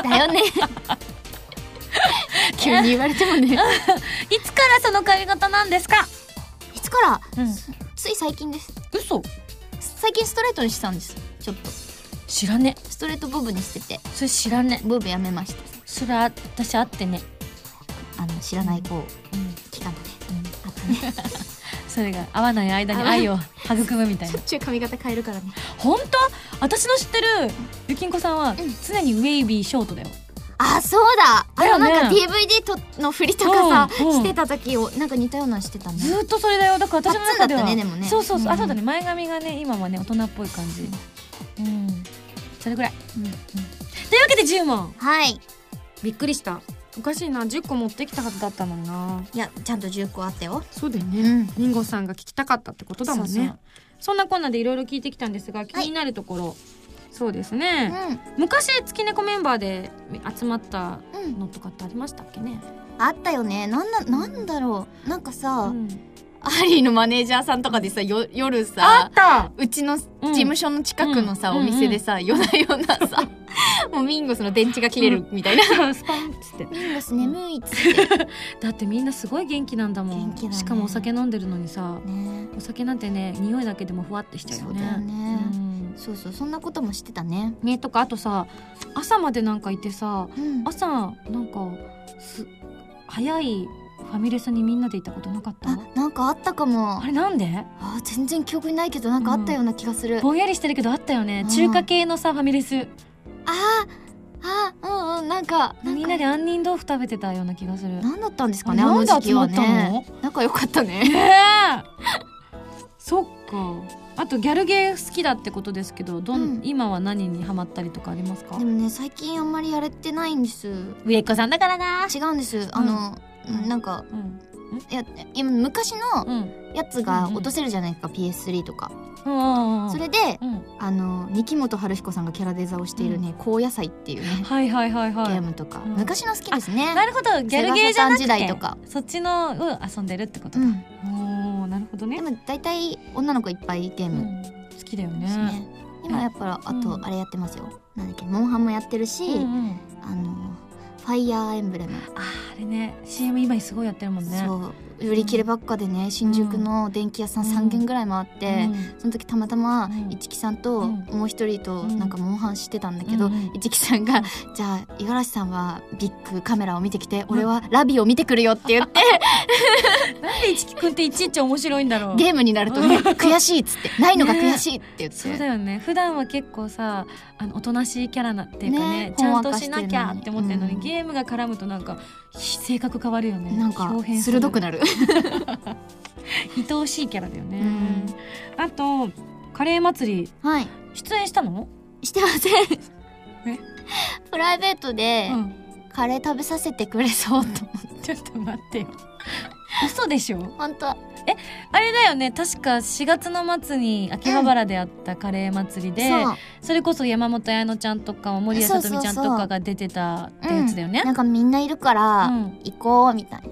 S1: うん
S2: だよね [laughs] 急に言われてもね
S1: いつからその髪型なんですか
S2: いつから
S1: うん。
S2: つい最近です
S1: 嘘
S2: 最近ストレートにしたんですちょっと
S1: 知らね。
S2: ストレートボブにしてて
S1: それ知らね。
S2: ボブやめました
S1: それあ私あってね、
S2: あの知らない子を聞かので、あとね
S1: それが合わない間に愛を育むみ
S2: [laughs]
S1: たいな
S2: っちゅう髪型変えるからね
S1: 本当私の知ってるゆきんこさんは
S2: ん
S1: 常にウェイビーショートだよ
S2: あそうだあ
S1: だよ
S2: の
S1: ね
S2: なんか DVD との振りとかさ、
S1: うんうん
S2: してた時をなんか似たようなのしてたね
S1: ずーっとそれだよだから私の中では
S2: パッツンだったねでもね
S1: そうそうそう、
S2: うん
S1: あそうだね前髪がね今はね大人っぽい感じうんそれぐらい、
S2: うんうん
S1: というわけで10問
S2: はい
S1: びっくりしたおかしいな10個持ってきたはずだったのにない
S2: やちゃんと10個あったよ
S1: そうだよ
S2: う
S1: ね
S2: ん
S1: りんごさんが聞きたかったってことだもんね
S2: そうそう
S1: そんなこんなでいろいろ聞いてきたんですが気になるところ、そうです
S2: う
S1: ね、
S2: ん
S1: 昔月猫メンバーで集まった
S2: うん
S1: のとかってありましたっけね、
S2: あったよねなんななんだろうなんか
S1: う
S2: さ、
S1: ん、
S2: アリーのマネージャーさんとかでさよ夜
S1: あっ
S2: さ
S1: た
S2: うちの事務所の近くのさ、
S1: うん
S2: お店でさ、夜な夜な [laughs] さもうミンゴスの電池が切れるみたいな、
S1: スパンっつって
S2: ミンゴス眠いっつって
S1: だってみんなすごい元気なんだもん、
S2: 元気だね
S1: しかもお酒飲んでるのにさ
S2: ね
S1: お酒なんてね匂いだけでもふわってしちゃうよね
S2: そうだよね
S1: うん
S2: そうそうそんなこともしてたね
S1: ねとかあとさ朝までなんかいてさ
S2: うん
S1: 朝なんかす早いファミレスにみんなでいたことなかった
S2: あなんかあったかも
S1: あれなんで
S2: あ全然記憶にないけどなんかあったような気がする、
S1: ぼんやりしてるけどあったよね
S2: うん
S1: 中華系のさファミレス
S2: あああうんうんなんかなんか
S1: みんなで杏仁豆腐食べてたような気がする
S2: 何だったんですかね
S1: あ
S2: あ
S1: なん
S2: の
S1: で
S2: 時期は
S1: 集まった
S2: ね
S1: の
S2: 仲良かった [laughs] ね
S1: ええ [laughs] そっかあとギャルゲー好きだってことですけどどん、
S2: うん
S1: 今は何にハマったりとかありますか
S2: でもね最近あんまりやれてないんです違
S1: 上っ子さんだからな
S2: うんですあの、
S1: うん
S2: うんなんか
S1: うん
S2: いや今昔の
S1: うん
S2: やつが落とせるじゃないですか、PS3 とか、
S1: うんうん
S2: それで
S1: うん
S2: あの二木本春彦さんがキャラデザをしているね「高野菜」っていうね、
S1: はいはいはいは
S2: ゲ
S1: い
S2: ームとか、
S1: うん
S2: 昔の好きですね
S1: なるほどギャルゲーじゃなくて
S2: セガサターン時代とか
S1: そっちのを遊んでるってこと
S2: う
S1: だ、
S2: ん、
S1: おーなるほどね
S2: で、も大体女の子いっぱいゲー
S1: う
S2: ム
S1: ん、好きだよ
S2: です
S1: ね
S2: ね、今やっぱあ
S1: う
S2: と
S1: ん
S2: あれやってますよ、なんだっけモンハンもやってるし、
S1: うんうん
S2: あのファイヤーエンブレム、
S1: あーあれね CM 今すごいやってるもんね
S2: そう売り切ればっかでね新宿の電気屋さん3軒ぐらい回って、
S1: うん
S2: その時たまたま
S1: うん
S2: 一木さんと
S1: うん
S2: もう一人
S1: う
S2: と
S1: ん
S2: なんかモンハンしてたんだけど、
S1: うんうん
S2: 一木さんが「じゃあ五十嵐さんはビッグカメラを見てきて俺はラビを見てくるよ」って言って
S1: なんで一木くんっていちいち面白いんだろう
S2: ゲームになるとね悔しいっつってないのが悔しいって言っ
S1: そうだ
S2: て。
S1: よね普段は結構さあのおとなしいキャラなっていうかね
S2: ね
S1: ちゃんとしなきゃ
S2: ほんわかしてるのに
S1: って思ってるのに、
S2: うん
S1: ゲームが絡むとなんか性格変わるよね
S2: なんか
S1: 表現する
S2: 鋭くなる
S1: 愛おしいキャラだよね、
S2: うん
S1: あとカレー祭り
S2: はい
S1: 出演したの、
S2: してませ
S1: え
S2: んプライベートで
S1: うん、 [laughs]
S2: カレー食べさせてくれそうと
S1: ちょっと待ってよ嘘でしょ
S2: 本当
S1: あれだよね確か4月の末に秋葉原であったカレー祭りで、
S2: そう
S1: それこそ山本彩乃ちゃんとか森谷さとみちゃんとかが出てたってやつだよね
S2: なんかみんないるから
S1: うん
S2: 行こうみたいな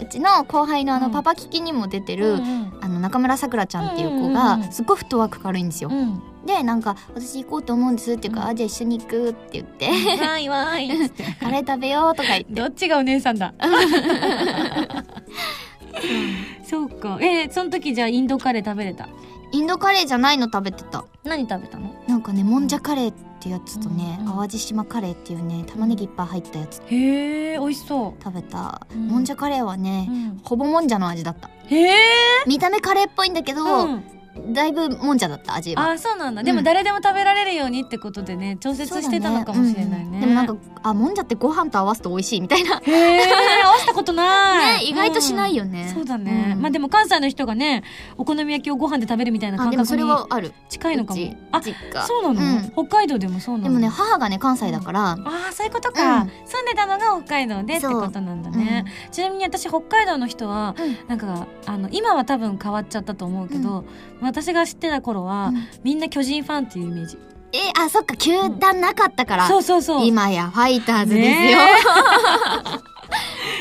S2: うちの後輩のあ
S1: う
S2: の
S1: ん
S2: パパ聞きにも出てる、
S1: ん
S2: あの中村さくらちゃんっていう子
S1: うんうん
S2: が
S1: うん
S2: すっごいフットワーク軽いんですよ、
S1: うん、
S2: でなんか「私行こうと思うんです」っていうから「あじゃあ一緒に行く」って言って
S1: わーいわーいっつって
S2: [laughs] 「カレー食べよう」とか言って
S1: [laughs] どっちがお姉さんだ [laughs] そうかえー、その時じゃあインドカレー食べれた
S2: インドカレーじゃないの食べてた
S1: 何食べたの
S2: なんかねもんじゃカレーってやつとね、
S1: うんうん
S2: 淡路島カレーっていうね玉ねぎいっぱい入ったやつ
S1: へえ美味しそ
S2: 食べた、
S1: うん
S2: もんじゃカレーは
S1: う、
S2: ね、
S1: ん、
S2: ほぼもんじゃの味だった
S1: へえ、
S2: 見た目カレーっぽいんだけど、
S1: うん、
S2: だいぶもんじゃだった味は
S1: あそうなんだ、
S2: うん
S1: でも誰でも食べられるようにってことでね調節してたのかもしれないね
S2: そうだうんでもなんかあもんじゃってご飯と合わすと美味しいみたいな、ね、
S1: へえ合わせたことない、
S2: 意外としない
S1: よ、
S2: よね、
S1: そうだね、
S2: うん
S1: まあでも関西の人がねお好み焼きをご飯で食べるみたいな
S2: あ
S1: 感
S2: でも
S1: 覚
S2: それ
S1: に
S2: はある
S1: 近いのかも
S2: うち
S1: あ
S2: 実家
S1: そうなの、
S2: うん
S1: 北海道でもそうなの
S2: でもね母がね関西だから、
S1: ああそういうことか、
S2: うん
S1: 住んでたのが北海道でって
S2: そう
S1: ことなんだね、ちなみに私北海道の人は、
S2: うん
S1: なんかあの今は多分変わっちゃったと思うけど、私が知ってた頃は、
S2: うん
S1: みんな巨人ファンっていうイメージ
S2: えあそっか球団なかったから、
S1: そうそうそう
S2: 今やファイターズですよ、
S1: ね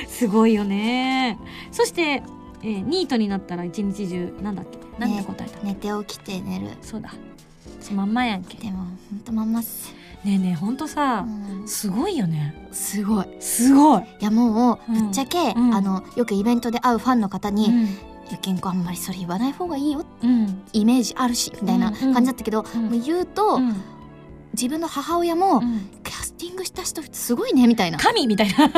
S1: すごいよねそして、えーニートになったら一日中なんだっけなんて答えた、
S2: 寝て起きて寝る
S1: そうだそのまんまやんけね
S2: でもほんとまんまっす、
S1: えねえほんとさ、
S2: うん
S1: すごいよね
S2: すごい
S1: すごい、
S2: いやもう
S1: うん
S2: ぶっちゃけ、
S1: うん
S2: あのよくイベントで会うファンの方に「
S1: うん
S2: ゆきんこあんまりそれ言わない方がいいよ
S1: うん
S2: イメージあるし」みたいな感じだったけど、
S1: うん
S2: もう言うと、
S1: うん
S2: 自分の母親
S1: う
S2: も、
S1: ん
S2: キャスティングした人すごいねみたいな「いや
S1: 神みたいな
S2: あん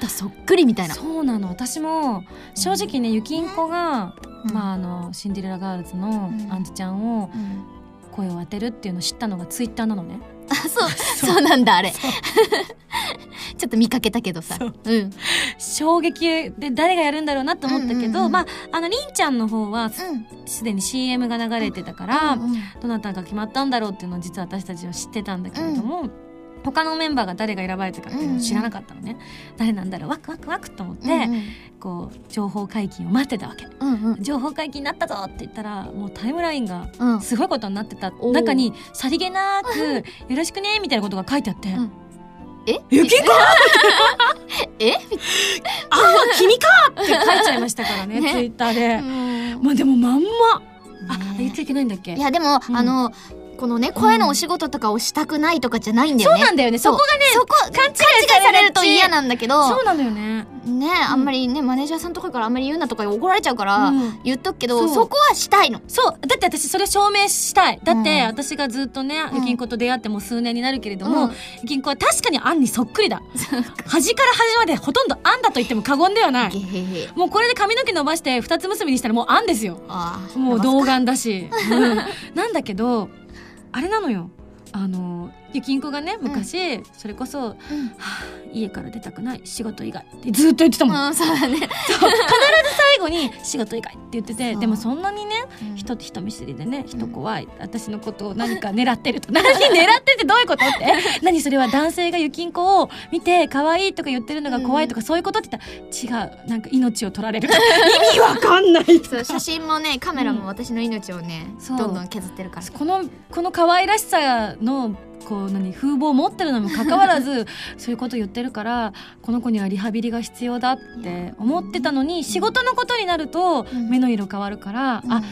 S2: たそっくり」みたいな。
S1: そうなの私も正直ねゆきんこが、
S2: うん
S1: まあ、あのシンデレラガールズの
S2: うん
S1: アンジちゃんを
S2: うん
S1: 声を当てるっていうのを知ったのがツイッターなのね
S2: あそうそうなんだあれ [laughs] ちょっと見かけたけどさ
S1: そう
S2: うん
S1: 衝撃で誰がやるんだろうなと思ったけど、
S2: うんうんうん
S1: まああのりんちゃんの方は
S2: うん
S1: すでに CM が流れてたから、
S2: うん
S1: どなたが決まったんだろうっていうのを実は私たちは知ってたんだけれども、他のメンバーが誰が選ばれたかっていうのを知らなかったのね、誰なんだろうワクワクワクと思って、こう情報解禁を待ってたわけ
S2: うんうん
S1: 情報解禁になったぞって言ったらもうタイムラインが
S2: うん
S1: すごいことになってた
S2: おー
S1: 中にさりげなく「よろしくね」みたいなことが書いてあって「
S2: んえ
S1: ゆきこ
S2: え
S1: ああ君か!」って書いちゃいましたからね
S2: [laughs] ね
S1: ツイッターで、
S2: うん
S1: まあでもまんまあ
S2: ね
S1: 言っちゃいけないんだっけ
S2: いやでも、
S1: うん
S2: あのこのね声のお仕事とかをしたくないとかじゃないんだ
S1: そ
S2: よ
S1: う
S2: ね。
S1: なんだよねそこ
S2: がねそこ勘違いされると嫌なんだけど
S1: そうなのよね
S2: ねあんまりねマネージャーさんとかからあんまり言うなとか怒られちゃうから、
S1: うん
S2: 言っとくけど
S1: そう
S2: そこはしたいの。
S1: そうだって私それ証明したいだって
S2: うん
S1: 私がずっとね、
S2: うん
S1: ゆきんこと出会ってもう数年になるけれども、
S2: うん
S1: ゆきんこは確かにあんにそっくりだ端から端までほとんどあんだと言っても過言ではない
S2: ゲヘヘ
S1: もうこれで髪の毛伸ばして二つ結びにしたらもうあんですよ
S2: ああ
S1: もう
S2: う
S1: 童顔だ
S2: [laughs]
S1: し、うんなんだけどあれなのよあのゆきんこがね昔、それこそ、はあ家から出たくない仕事以外ってずっと言ってたもん、
S2: うんそうだね。
S1: 最後に仕事以外って言ってて
S2: そう
S1: でもそんなにね
S2: うん
S1: 人人見知りでね人怖い、私のことを何か狙ってると [laughs] 何狙ってってどういうことって [laughs] 何それは男性がゆきんこを見て可愛いとか言ってるのが怖いとか、そういうことって言ったら違うなんか命を取られる意味わかんないと
S2: そう
S1: か
S2: 写真もねカメラも私の命をね、
S1: そう
S2: どんどん削ってるから。
S1: [laughs] このこの可愛らしさのこう何風貌を持ってるのにもかかわら [laughs] ずそういうこと言ってるからこの子にはリハビリが必要だって思ってたのに仕事のことになると
S2: うん
S1: 目の色変わるから、
S2: うん
S1: あ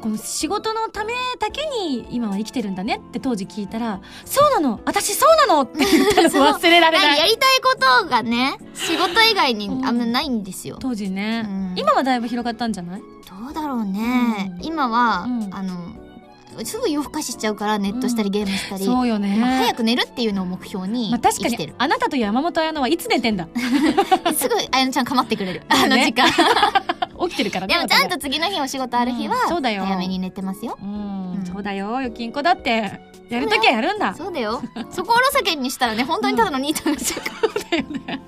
S1: この仕事のためだけに今は生きてるんだねって当時聞いたら「そうなの私そうなの!」って言ったの
S2: そう
S1: 忘れられ
S2: なんか
S1: な
S2: や
S1: い
S2: りたいことがね仕事以外にあんまないんですよ。
S1: 当時ね、
S2: うん
S1: 今はだいぶ広がったんじゃない
S2: どうだろうね、
S1: うん
S2: 今は、
S1: うん
S2: あのすぐ夜更かししちゃうからネットしたりゲームしたり、
S1: そうよね、
S2: まあ早く寝るっていうのを目標に
S1: まあ、
S2: 生
S1: 確か
S2: きてる
S1: に、あなたと山本彩乃はいつ寝てんだ
S2: すぐあやのちゃん構ってくれるあ
S1: う
S2: の
S1: ね
S2: 時間
S1: 起きてるからね
S2: でもちゃん
S1: 私
S2: と次の日お仕事ある日は、
S1: うんそうだよ
S2: 早めに寝てますよ
S1: うん、
S2: うん
S1: そうだよゆきんこだってやるときはやるんだ
S2: そうだよそこをおろそけにしたらね本当にただのニートになっちゃうから [laughs]
S1: だよね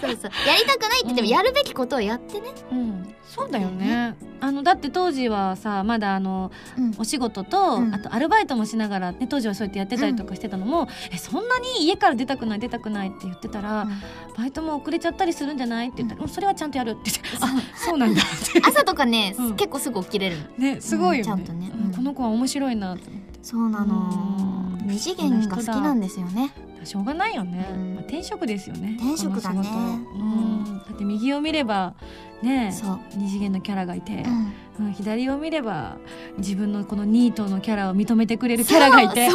S2: そうそうやりたくないって言ってもやるべきことをやってね、
S1: うんそうだよねあのだって当時はさまだあの
S2: うん
S1: お仕事と、
S2: うん
S1: あとアルバイトもしながら、ね、当時はそうやってやってたりとかしてたのも、えそんなに家から出たくない出たくないって言ってたら、
S2: うん
S1: バイトも遅れちゃったりするんじゃないって言ったら、うんそれはちゃんとやるって言って、
S2: そう
S1: あそうなんだ
S2: [laughs]
S1: って
S2: 朝とかね、
S1: うん
S2: 結構すぐ起きれるの
S1: ねすごいよね,、
S2: ちゃんとねうん
S1: この子は面白いなと思って
S2: そうなの
S1: うん
S2: 二次元が好きなんですよね
S1: しょうがないよね、
S2: うん
S1: まあ、転職ですよね
S4: 転職だね
S1: この仕事うん、だって右を見ればね
S2: そう
S1: 二次元のキャラがいて
S4: う、ん
S1: うん左を見れば自分のこのニートのキャラを認めてくれるキャラがいて
S2: で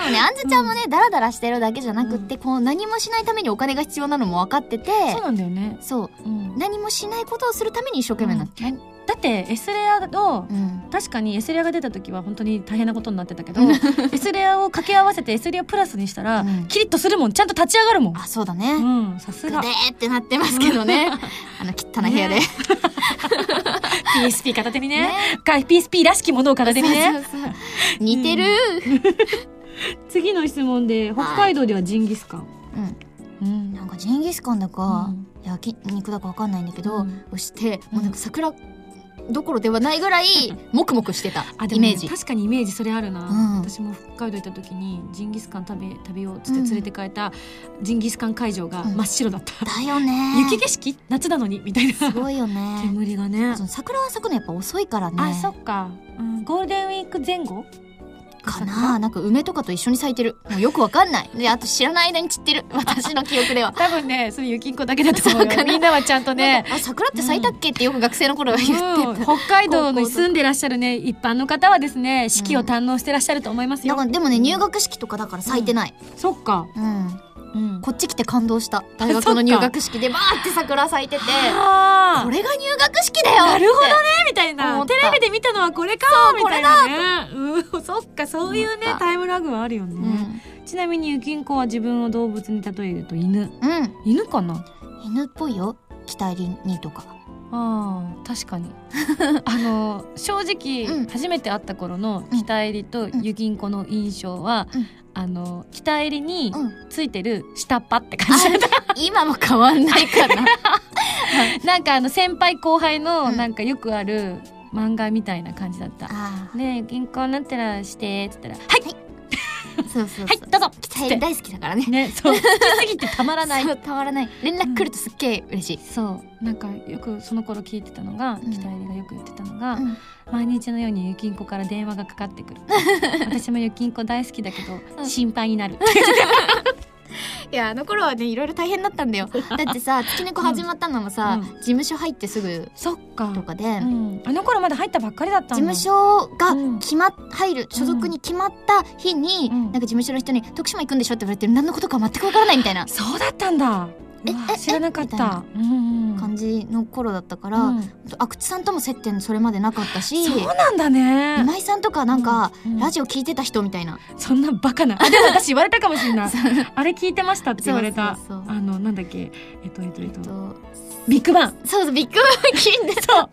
S2: もねあんずちゃんもね、ダラダラしてるだけじゃなくって、こう何もしないためにお金が必要なのも分かってて
S1: [laughs] そうなんだよね、
S2: そう
S1: うんだ
S2: 何もしないことをするために一生懸命なの
S1: ってエスレアを
S2: うん
S1: 確かにエスレアが出た時は本当に大変なことになって
S2: [laughs]
S1: たけどエスレアを掛け合わせてエスレアプラスにしたら、
S2: うん
S1: キリッとするもんちゃんと立ち上がるもん
S2: あそうだね、
S1: うんさす
S2: グデ
S1: が
S2: ーってなってますけどねあの汚い部屋で
S1: ね PSP 片手にね
S2: ね
S1: か PSP らしきものを片手にね
S2: そうそうそう似てる、
S1: 次の質問で北海道ではジンギスカン、
S2: う
S1: う
S2: ん
S1: ん
S2: なんかジンギスカンだか、
S1: うん
S2: 焼き肉だかわかんないんだけ
S1: う
S2: ど、
S1: ん
S2: 押してもうなんか桜どころではないぐらいモクモクしてた
S1: あで
S2: イ
S1: もね
S2: メージ
S1: 確かにイメージそれあるな、
S2: うん
S1: 私も北海道行った時にジンギスカン食べ食べようっつって連れて帰ったジンギスカン会場が
S2: うん
S1: 真っ白だった、
S2: だよね
S1: 雪景色夏なのにみたいな
S2: すごいよね
S1: 煙がね
S2: その桜は咲くのやっぱ遅いからね
S1: あそっか、うんゴールデンウィーク前後
S2: かななんか梅とかと一緒に咲いてるもうよくわかんないであと知らない間に散
S1: [laughs]
S2: ってる私の記憶では、
S1: 多分ねそれ雪んこだけだと思う
S2: [laughs] そうか
S1: よ
S2: な
S1: みんなはちゃんとね [laughs]
S2: なんかあ桜って咲いたっけってよく学生の頃は言ってた、
S1: うん北海道に住んでらっしゃるね一般の方はですね四季を堪能してらっしゃると思いますよ、
S2: なんかでもね入学式とかだから咲いてない、
S1: そっか、
S2: うん
S1: うん、
S2: こっち来て感動した大学の入学式でバーって桜咲いてて
S1: あ
S2: こ
S1: ー
S2: れが入学式だよ
S1: なるほどねみ
S2: って
S1: たい
S2: 思
S1: な
S2: っ
S1: テ
S2: た
S1: レビで見たのはこれかみ
S2: こ
S1: た
S2: れ
S1: いなねうんそっかそういうね
S2: 思った
S1: タイムラグはあるよね、ちなみにゆきんこは自分を動物に例えると犬
S2: うん、うん、
S1: 犬かな
S2: 犬っぽいよ北入りにとか
S1: あー確かに [laughs] あの正直、
S2: うん
S1: 初めて会った頃の
S2: うん
S1: 北襟とゆきんこの印象は、
S2: うん
S1: あの北襟に
S2: うん
S1: ついてる下っ端って感じだった、
S2: 今も変わんないかな
S1: なんかあの先輩後輩の
S2: うん
S1: なんかよくある漫画みたいな感じだった、
S2: [laughs] あ
S1: ねえ銀行になったらしてっつったら「はい
S2: あそうそうそう、
S1: はいどうぞ!」っつ
S2: 北
S1: っ
S2: 入
S1: て
S2: り大好きだからね
S1: ねそう好きすぎてたまらない
S2: そうたまらない連絡来るとすっげえ嬉しい、
S1: そうなんかよくその頃聞いてたのが、
S2: うん
S1: 北入がよく言ってたのが、
S2: うん
S1: 毎日のようにゆきんこから電話がかかって
S2: [laughs]
S1: くる私もゆきんこ大好きだけど、
S2: うん
S1: 心配に
S2: [laughs]
S1: なる
S2: いやあの頃はねいろいろ大変だったんだよ [laughs] だってさ月猫始まったのもさ、
S1: うん
S2: 事務所入ってすぐ
S1: そっか
S2: とかで、
S1: うん、あの頃まだ入ったばっかりだった
S2: 事
S1: んだ
S2: 務所が決まっ入る所属に決まった日に、
S1: うん
S2: なんか事務所の人に「徳島行くんでしょ?」って言われて何のことか全くわからないみたいな
S1: そうだったんだ
S2: え
S1: うわ
S2: え
S1: 知らなかっ
S2: えみたいな
S1: たうんうん
S2: 感じの頃だったから、
S1: うん
S2: 阿久津さんとも接点それまでなかったし
S1: そうなんだね
S2: 今井さんとかなんか、
S1: うん
S2: ラジオ聞いてた人みたいな
S1: そんなバカなあで
S2: [laughs]
S1: も私言われたかもしれないあれ聞いてましたって言われた
S2: そうそうそう
S1: あのなんだっけえっとえっとえっと
S2: と
S1: ビッグバン
S2: そうそうビッグバンキンで
S1: そう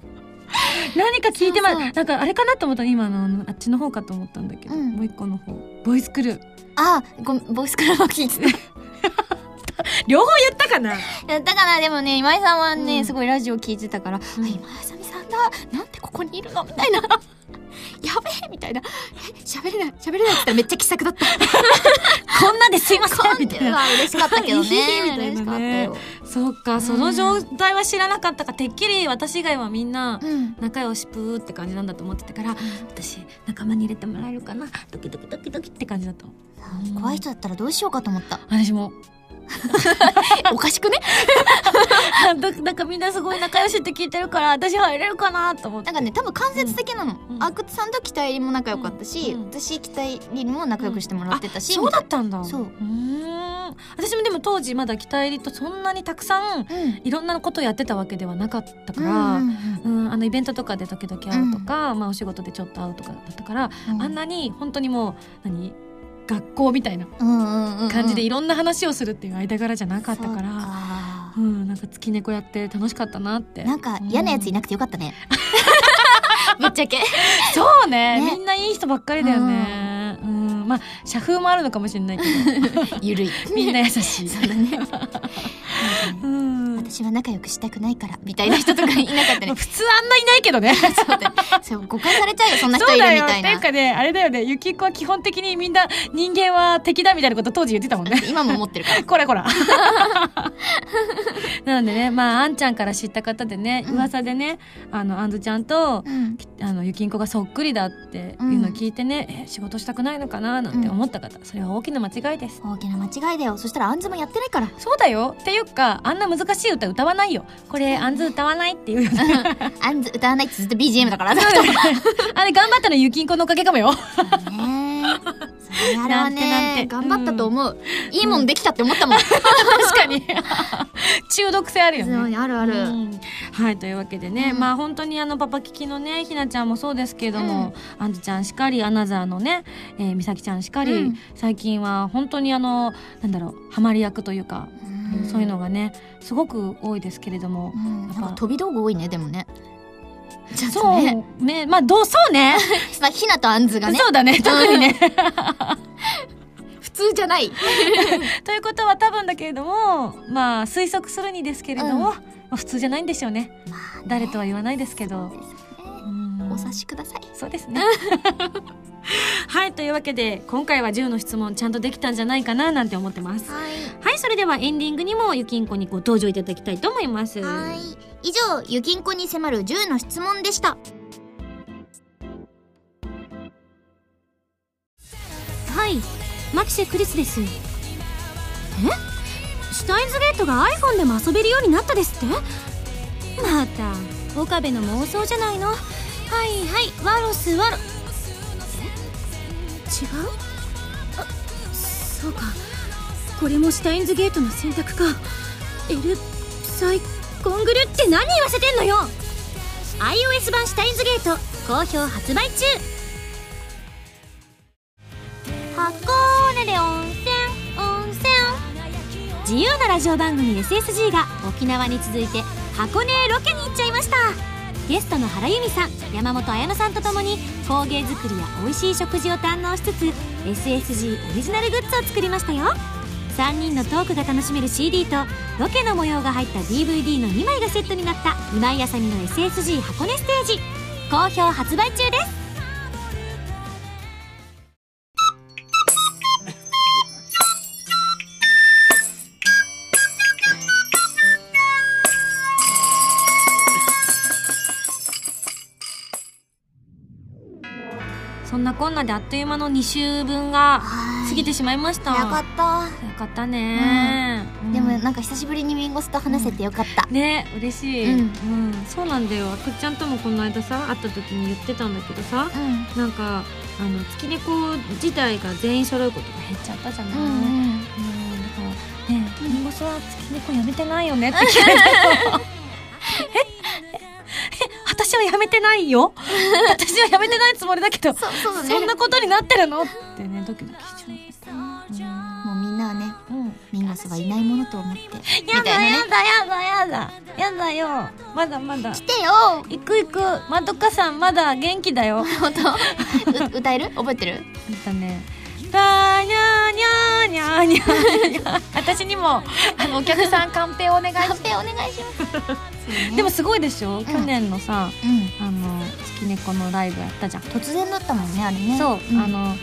S1: 何か聞いてま
S2: そうそう
S1: なんかあれかなと思ったの今のあのあっちの方かと思ったんだけど、
S2: うん
S1: もう一個の方ボイスクルー
S2: あごめんボイスからも聞いて
S1: 両方言ったかな
S2: ただからでもね今井さんはね、
S1: うん
S2: すごいラジオ聞いてたから、
S1: うん
S2: あ今井あさみさんだなんてここにいるのみたいな [laughs] やべえみたいなえ喋れない喋れないって言ったらめっちゃ気さくだった
S1: こんなですいませんみ
S2: み
S1: た
S2: た
S1: い
S2: [laughs] い
S1: な
S2: な嬉しかったけど
S1: いい
S2: ね
S1: みたい
S2: 嬉しか
S1: な
S2: っ
S1: ね
S2: たよ、
S1: そうかその状態は知らなかったかてっきり私以外はみんな
S2: うん、
S1: 仲良しぷーって感じなんだと思ってたから私仲間に入れてもらえるかなドキドキドキドキって感じだった
S2: 怖い人だったらどうしようかと思った
S1: 私も
S2: おかしくね
S1: [laughs] だなんかみんなすごい仲良しって聞いてるから私入れるかなと思って
S2: なんかね多分間接的なの、
S1: うん
S2: 阿久津さんと北入りも仲良かったし、
S1: うんうん
S2: 私北入りにも仲良くしてもらってたし、
S1: そうだったんだ
S2: そう
S1: ーん私もでも当時まだ北入りとそんなにたくさん
S2: みたいなうん
S1: いろんなことをやってたわけではなかったから、
S2: う
S1: うんん
S2: うんうん
S1: あのイベントとかで時々会うとか、まあ、お仕事でちょっと会うとかだったから、あんなに本当にもう何学校みたいな感
S2: 感
S1: じでいろんな話をするっていう間柄じゃなかったから、うん
S2: ら
S1: なんか月猫やって楽しかったなって
S2: なんか嫌なやついなくてよかっ
S1: [laughs]
S2: たねぶっちゃけ
S1: そうね
S2: ね
S1: みんないい人ばっかりだよね、うんまあ社風もある
S2: [laughs]
S1: のかもしれないけど
S2: ゆるい
S1: みんな優しい
S2: そうだねなんかね
S1: うん
S2: 私は仲良くしたくないから、みたいな人とかいなかっ
S1: [laughs]
S2: たね。
S1: 普通あんないないけどね。
S2: [laughs] そうだねそう、誤解されちゃうよ、そんな人
S1: そ
S2: いうる
S1: だ
S2: み
S1: よ。ったて
S2: い
S1: いう
S2: な。
S1: かね、あれだよね、ゆきっこは基本的にみんな人間は敵だみたいなこと当時言ってたもんね。 [laughs]
S2: 今も思ってるから。
S1: こら
S2: [laughs]
S1: こら。なのでね、まあ、あんちゃんから知った方でね、
S2: うん
S1: 噂でね、あの、あんずちゃんと、
S2: うん。
S1: あの、ゆきんこがそっくりだっていうのを聞いてね、え、仕事したくないのかななんて思った方、それは大きな間違いです。
S2: 大きな間違いだよ。そしたらあんずもやってないから。
S1: そうだよ。っていうか、あんな難しい歌歌わないよ。これ、あんず歌わないっていうよ
S2: [laughs]
S1: ね。
S2: あんず歌わないってずっと BGM だから。ね
S1: あれ、頑張ったのゆきんこのおかげかもよ。 [laughs]
S2: それあれ
S1: な
S2: はね、
S1: んてなん
S2: 頑
S1: て
S2: 張ったと思う。いいもんできたって思ったもん。
S1: 確かに。 [laughs] 中毒性あるよね。
S2: そうあるある。
S1: うんはいというわけでね、
S2: うん
S1: まあ本当にあのパパ聞きのねひなちゃんもそうですけれども、あんずちゃんしかりアナザーのね、えー、美咲ちゃんしかり、
S2: うん
S1: 最近は本当にあのなんだろうハマり役というか、
S2: うん
S1: そういうのがねすごく多いですけれども
S2: う、んなんか飛び道具多いね、でもね。ちょっ
S1: そ
S2: と
S1: う
S2: ね。
S1: ねまあどうそうね
S2: まあ、ひなとあんずがね、
S1: [laughs] そうだね特にね。
S2: 普通じゃない。
S1: ということは多分だけれどもまあ推測するにですけれども、
S2: うん
S1: まあ普通じゃないんでしょうね誰とは言わないですけど。うん
S2: お察しください。
S1: そうですね。 [laughs] はい、というわけで、今回は10の質問ちゃんとできたんじゃないかななんて思ってます。
S4: はい。
S1: はい、それではエンディングにもゆきんこにご登場いただきたいと思います。
S4: はい。以上、ゆきんこに迫る10の質問でした。
S1: はい、マキシェクリスです。えシュタインズゲートが iPhone でも遊べるようになったですってまた、岡部の妄想じゃないの。はいはい、ワロスワロ。え違うあ、そうか。これもシュタインズゲートの選択か。エル、サイ、コングルって何言わせてんのよ !iOS 版シュタインズゲート、好評発売中
S4: 箱根で温泉、温泉。
S1: 自由なラジオ番組 SSG が沖縄に続いて箱根へロケに行っちゃいましたゲストの原由美さん山本彩乃さんとともに工芸作りや美味しい食事を堪能しつつ SSG オリジナルグッズを作りましたよ3人のトークが楽しめる CD とロケの模様が入った DVD の2枚がセットになった今井あさみの SSG 箱根ステージ好評発売中ですそんなこんなであっという間の2週分が
S4: は
S1: 過ぎてしまいました
S4: よかった。
S1: よかったね、うん
S2: でもなんか久しぶりにミンゴスと話せてよかった。
S1: ね嬉しい、う
S2: うん
S1: そうなんだよあくっちゃんともこの間さ会った時に言ってたんだけどさ
S2: うん。
S1: なんかあの月猫自体が全員揃うことが減っちゃったじゃない、うんだ
S2: ん。
S1: からねえリンゴスは月猫やめてないよねって聞かれたよえええ私はやめてないよ私はやめてないつもりだけど
S2: そう、そうだね。
S1: そんなことになってるのってねドキドキしちゃう
S2: もうみんなはね、
S1: うん、うん
S2: ミンゴスはいないものと思って。
S1: や
S2: み
S1: だ
S2: たい
S1: や
S2: なね。
S1: だやだやだやだよまだまだ
S2: 来てよ
S1: 行く行くまどかさんまだ元気だ
S2: [laughs]
S1: よ
S2: 本当う歌える覚えてる
S1: えっとねばーにゃーにゃーにゃーにゃーにゃ
S2: [laughs]
S1: ー私にもあのお客さんカンペお願いし
S2: カンペお願いします。そうね
S1: でも、すごいでしょ、去年のさ
S2: うん。
S1: あの月猫のライブやったじゃん、
S2: 突然だったもんね、あれね。
S1: そう、
S2: ん
S1: あ、の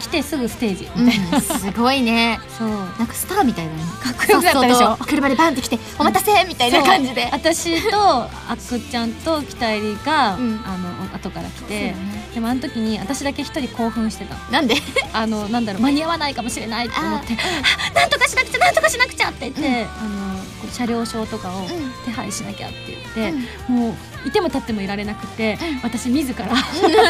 S1: 来てすぐステージ、
S2: うん、すごいね。
S1: そう
S2: なんかスターみたいだね。
S1: かっこよくなったでし
S2: そ
S1: ょ
S2: うそう車でバンって来て、お待たせみたいな感じで。
S1: 私とあっくちゃんと北入りが、
S2: うん
S1: あの後から来
S2: そうだ
S1: て
S2: ね
S1: でもあの時に私だけ一人興奮してた
S2: なんで
S1: あのなんだろう間に合わないかもしれないって思って「なんとかしなくちゃなんとかしなくちゃ」って言って、あのこう車両証とかを
S2: ん
S1: 手配しなきゃって言って、もういても立ってもいられなくて、私自ら [laughs] あ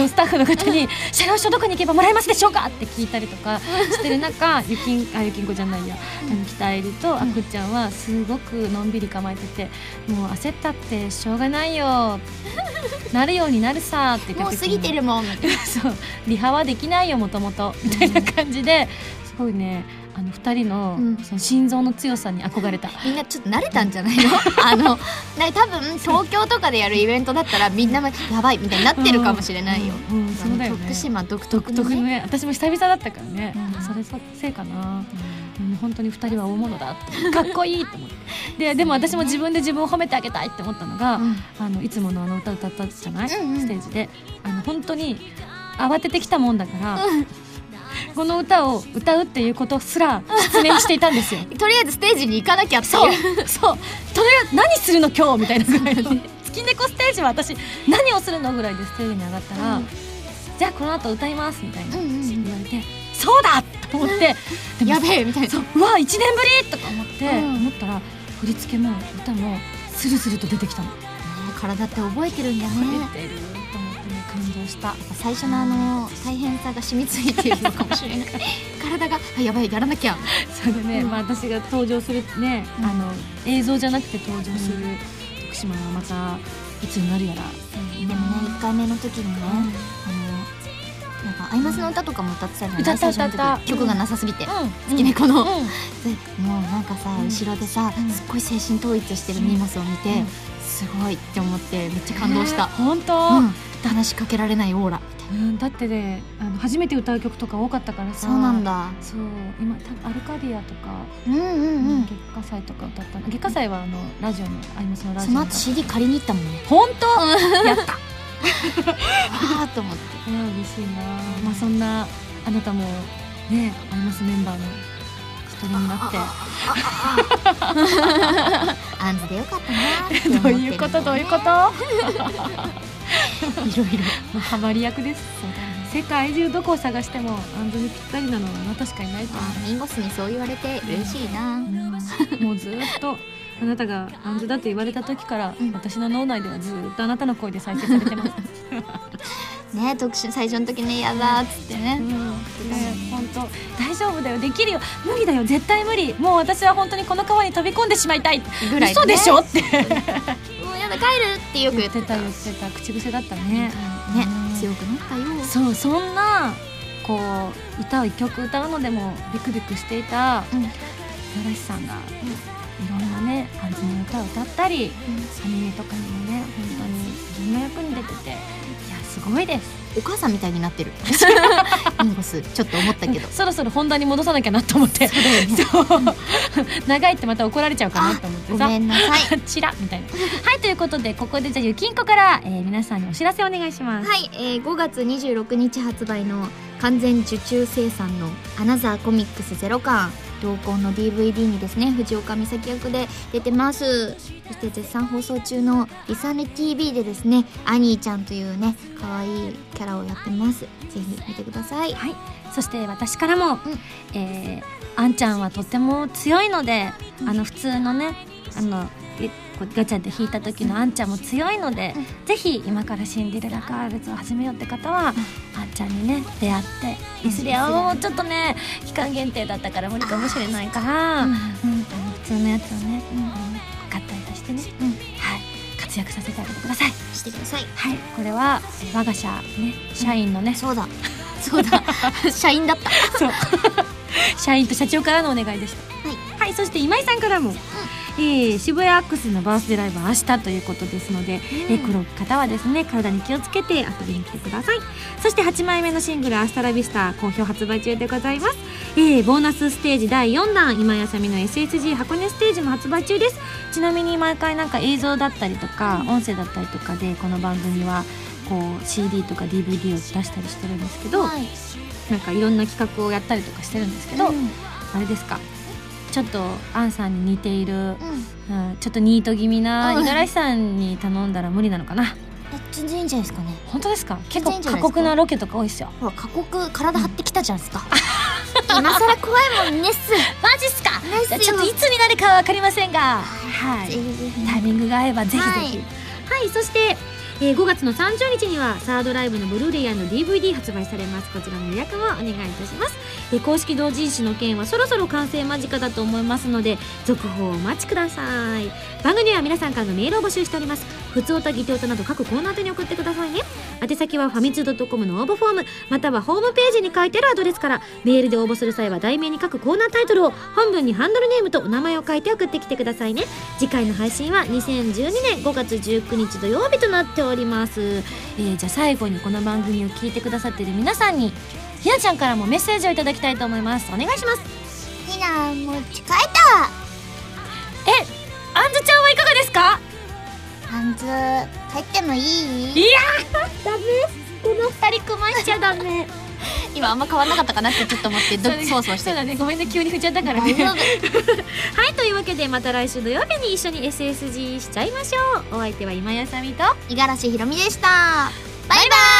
S1: のスタッフの方に「車両証どこに行けばもらえますでしょうか?」って聞いたりとかしてる中ゆきんあゆきんこじゃないや、あの北入りとあくちゃんはすごくのんびり構えてて「もう焦ったってしょうがない
S2: [laughs]
S1: よ」なるようになるさって言って
S2: もう過ぎてるもん。
S1: [laughs] そうリハはできないよもともとみたいな感じですごいねあの2人の,、
S2: うん
S1: その心臓の強さに憧れた
S2: みんなちょっと慣れたんじゃないの [laughs] あのなんか多分東京とかでやるイベントだったらみんなもやばいみたいになってるかもしれないよ、
S1: うんうんそうだよね
S2: 徳島独特
S1: 独
S2: の
S1: 特の
S2: ね
S1: ね私も久々だったからね、
S2: うん
S1: それそせいかな、うん、本当に2人は大物だってかっこいいと思ってででも私も自分で自分を褒めてあげたいって思ったのが、
S2: うん
S1: あのいつものあの歌歌ったじゃない、
S2: うんうん
S1: ステージであの本当に慌ててきたもんだから、この歌を歌うっていうことすら失念していたんですよ
S2: とりあえずステージに行かなきゃって
S1: そう
S2: いう
S1: そうとりあえず何するの今日みたいなぐらいの月猫ステージは私何をするのぐらいでステージに上がったら、
S2: うん
S1: じゃあこの後歌いますみたいな
S2: うんうんうん
S1: 言われて、そうだと思って、でも
S2: やべえみたいな
S1: そううわ1年ぶりとか思って、
S2: うん
S1: 思ったら振り付けも歌もスルスルと出てきたの、
S2: 体って覚えてるんだね
S1: 出てると思ってね感動した
S2: 最初のあの大変さが染みついているのかもしれない
S1: [laughs]
S2: 体があやばいやらなきゃ
S1: それでね、
S2: うん
S1: まあ、私が登場するね、
S2: うん
S1: あの映像じゃなくて登場する徳島はまたいつになるやら、
S2: でもね1回目の時にね、あのなんか「アイマス」の歌とかも歌ってたじゃない
S1: 歌った
S2: 最初の時
S1: 歌った
S2: 曲がなさすぎて、
S1: う
S2: 好き猫の、
S1: ん
S2: でもうなんかさ、
S1: うん
S2: 後ろでさ、
S1: うん
S2: すっごい精神統一してるミーマスを見て、
S1: うん
S2: すごいって思ってめっちゃ感動した、
S1: 本当、
S2: うん、話しかけられないオーラみたいな
S1: うんだってねあの初めて歌う曲とか多かったからさ
S2: そうなんだ
S1: そう今多分アルカディアとか、
S2: うんうんうん
S1: 月下祭とか歌ったの月下祭はあのラジオのアイムスのラジ
S2: そ
S1: オ
S2: の後 CD 借りに行ったもんね
S1: 本当やった
S2: ああと思って
S1: いや嬉しいな、まあ、そんなあなたもねアイマスメンバーの一人になって
S2: あんずでよかったなーって思
S1: [laughs] どう
S2: ってるんだよね
S1: いうことどういうことい [laughs]
S2: [laughs]
S1: ろいろまあハマり役です世界中どこを探してもアンズにぴったりなのはあなたしかいないと
S2: あーミンゴスにそう言われて嬉しいなー
S1: 思う [laughs] もうずっとあなたがアンズだと言われた時から、
S2: うん
S1: 私の脳内ではずっとあなたの声で再生されてます、
S2: ね特殊最初の時ねやだーっつってね
S1: うん、ね本当大丈夫だよできるよ無理だよ絶対無理もう私は本当にこの川に飛び込んでしまいたい
S2: ぐらい、ね、
S1: 嘘でしょって
S2: もうやだ帰るってよく
S1: 言
S2: 言っ
S1: ってて
S2: た
S1: た
S2: ね
S1: 言ってた口癖だったねうん
S2: 強くなったよ
S1: そうそんなこう歌を一曲歌うのでもビクビクしていた
S2: うん
S1: 村橋さんが、いろんなねアンズの歌を歌ったり、アニメとかにもね本当にいろんな役に出てていやすごいです
S2: お母さんみたいになってる [laughs] ミンゴスちょっと思ったけど
S1: そろそろ本題に戻さなきゃなと思ってそう [laughs] 長いってまた怒られちゃうかなと思って
S2: ご
S1: さ
S2: めんなさい
S1: [laughs] チラみたいなはいということでここでじゃあゆきんこから、えー皆さんにお知らせお願いします
S2: はい、えー、5月26日発売の完全受注生産の「アナザーコミックスゼロ巻」同梱の DVD にですね藤岡美咲役で出てますそして絶賛放送中の「リサネ TV」でですねアニーちゃんというね可愛いキャラをやってますぜひ見てください
S1: はい、そして私からも、
S2: うん
S1: えーあんちゃんはとても強いので、あの普通のねあのえこうガチャで引いた時のあんちゃんも強いので、ぜひ今からシンデレラガールズを始めようって方は、あんちゃんにね出会ってイスレアをちょっとね期間限定だったから無理かもしれないから、うんあの普通のやつをね、買ったり出してね、
S2: うん
S1: はい、活躍させてあげてください。
S2: してください
S1: はい、これはえ我が社、ね、社員のね、
S2: そうだそうだ [laughs] 社員だった
S1: そう社員と社長からのお願いでした
S2: はい、
S1: そして今井さんからも、えー渋谷アックスのバースデーライブは明日ということですので、えー来る方はですね体に気をつけて遊びに来てくださいそして8枚目のシングル「アスタラビスタ」好評発売中でございます、えーボーナスステージ第4弾今井あさみの SSG 箱根ステージも発売中ですちなみに毎回なんか映像だったりとか音声だったりとかでこの番組はこう CD とか DVD を出したりしてるんですけど、
S2: い
S1: なんかいろんな企画をやったりとかしてるんですけど、あれですかちょっとアンさんに似ている、うんちょっとニート気味な
S2: うん
S1: 五十嵐さんに頼んだら無理なのかな
S2: 全然いいんじゃないですかね
S1: 本当ですか
S2: 全
S1: 結
S2: 然
S1: 構
S2: いいんじゃ
S1: 過
S2: ないですか
S1: 酷なロケとか多いっすよ
S2: ほら過酷体張ってきたじゃないですか今更怖いもんねっす
S1: マジっすか
S2: ナイスよ
S1: ちょっといつになるかは分かりませんがはい
S2: ぜひぜひ
S1: タイミングが合えばぜひぜひ
S2: は
S1: はい、そして、えー5月の30日にはサードライブのブルーレイ &DVD 発売されますこちらの予約もお願いいたします、えー公式同人誌の件はそろそろ完成間近だと思いますので続報をお待ちください番組では皆さんからのメールを募集しておりますふつおたぎておたなど各コーナー宛てに送ってくださいね宛先はファミツー .com の応募フォームまたはホームページに書いてあるアドレスからメールで応募する際は題名に書くコーナータイトルを本文にハンドルネームとお名前を書いて送ってきてくださいね次回の配信は2012年5月19日土曜日となっております、えーじゃあ最後にこの番組を聞いてくださっている皆さんにひなちゃんからもメッセージをいただきたいと思いますお願いします
S4: ひなもう近いた
S1: え
S4: 水入ってもいい
S1: いや
S4: ダメこの二人困っちゃダメ
S2: 今あんま変わんなかったかなってちょっと思ってど
S1: そうね
S2: そうそうして
S1: そう
S2: る
S1: だねごめんね急に振っちゃったからねはいというわけでまた来週土曜日に一緒に SSG しちゃいましょうお相手は今やさみと
S4: 五十嵐ひろみでしたバイバイ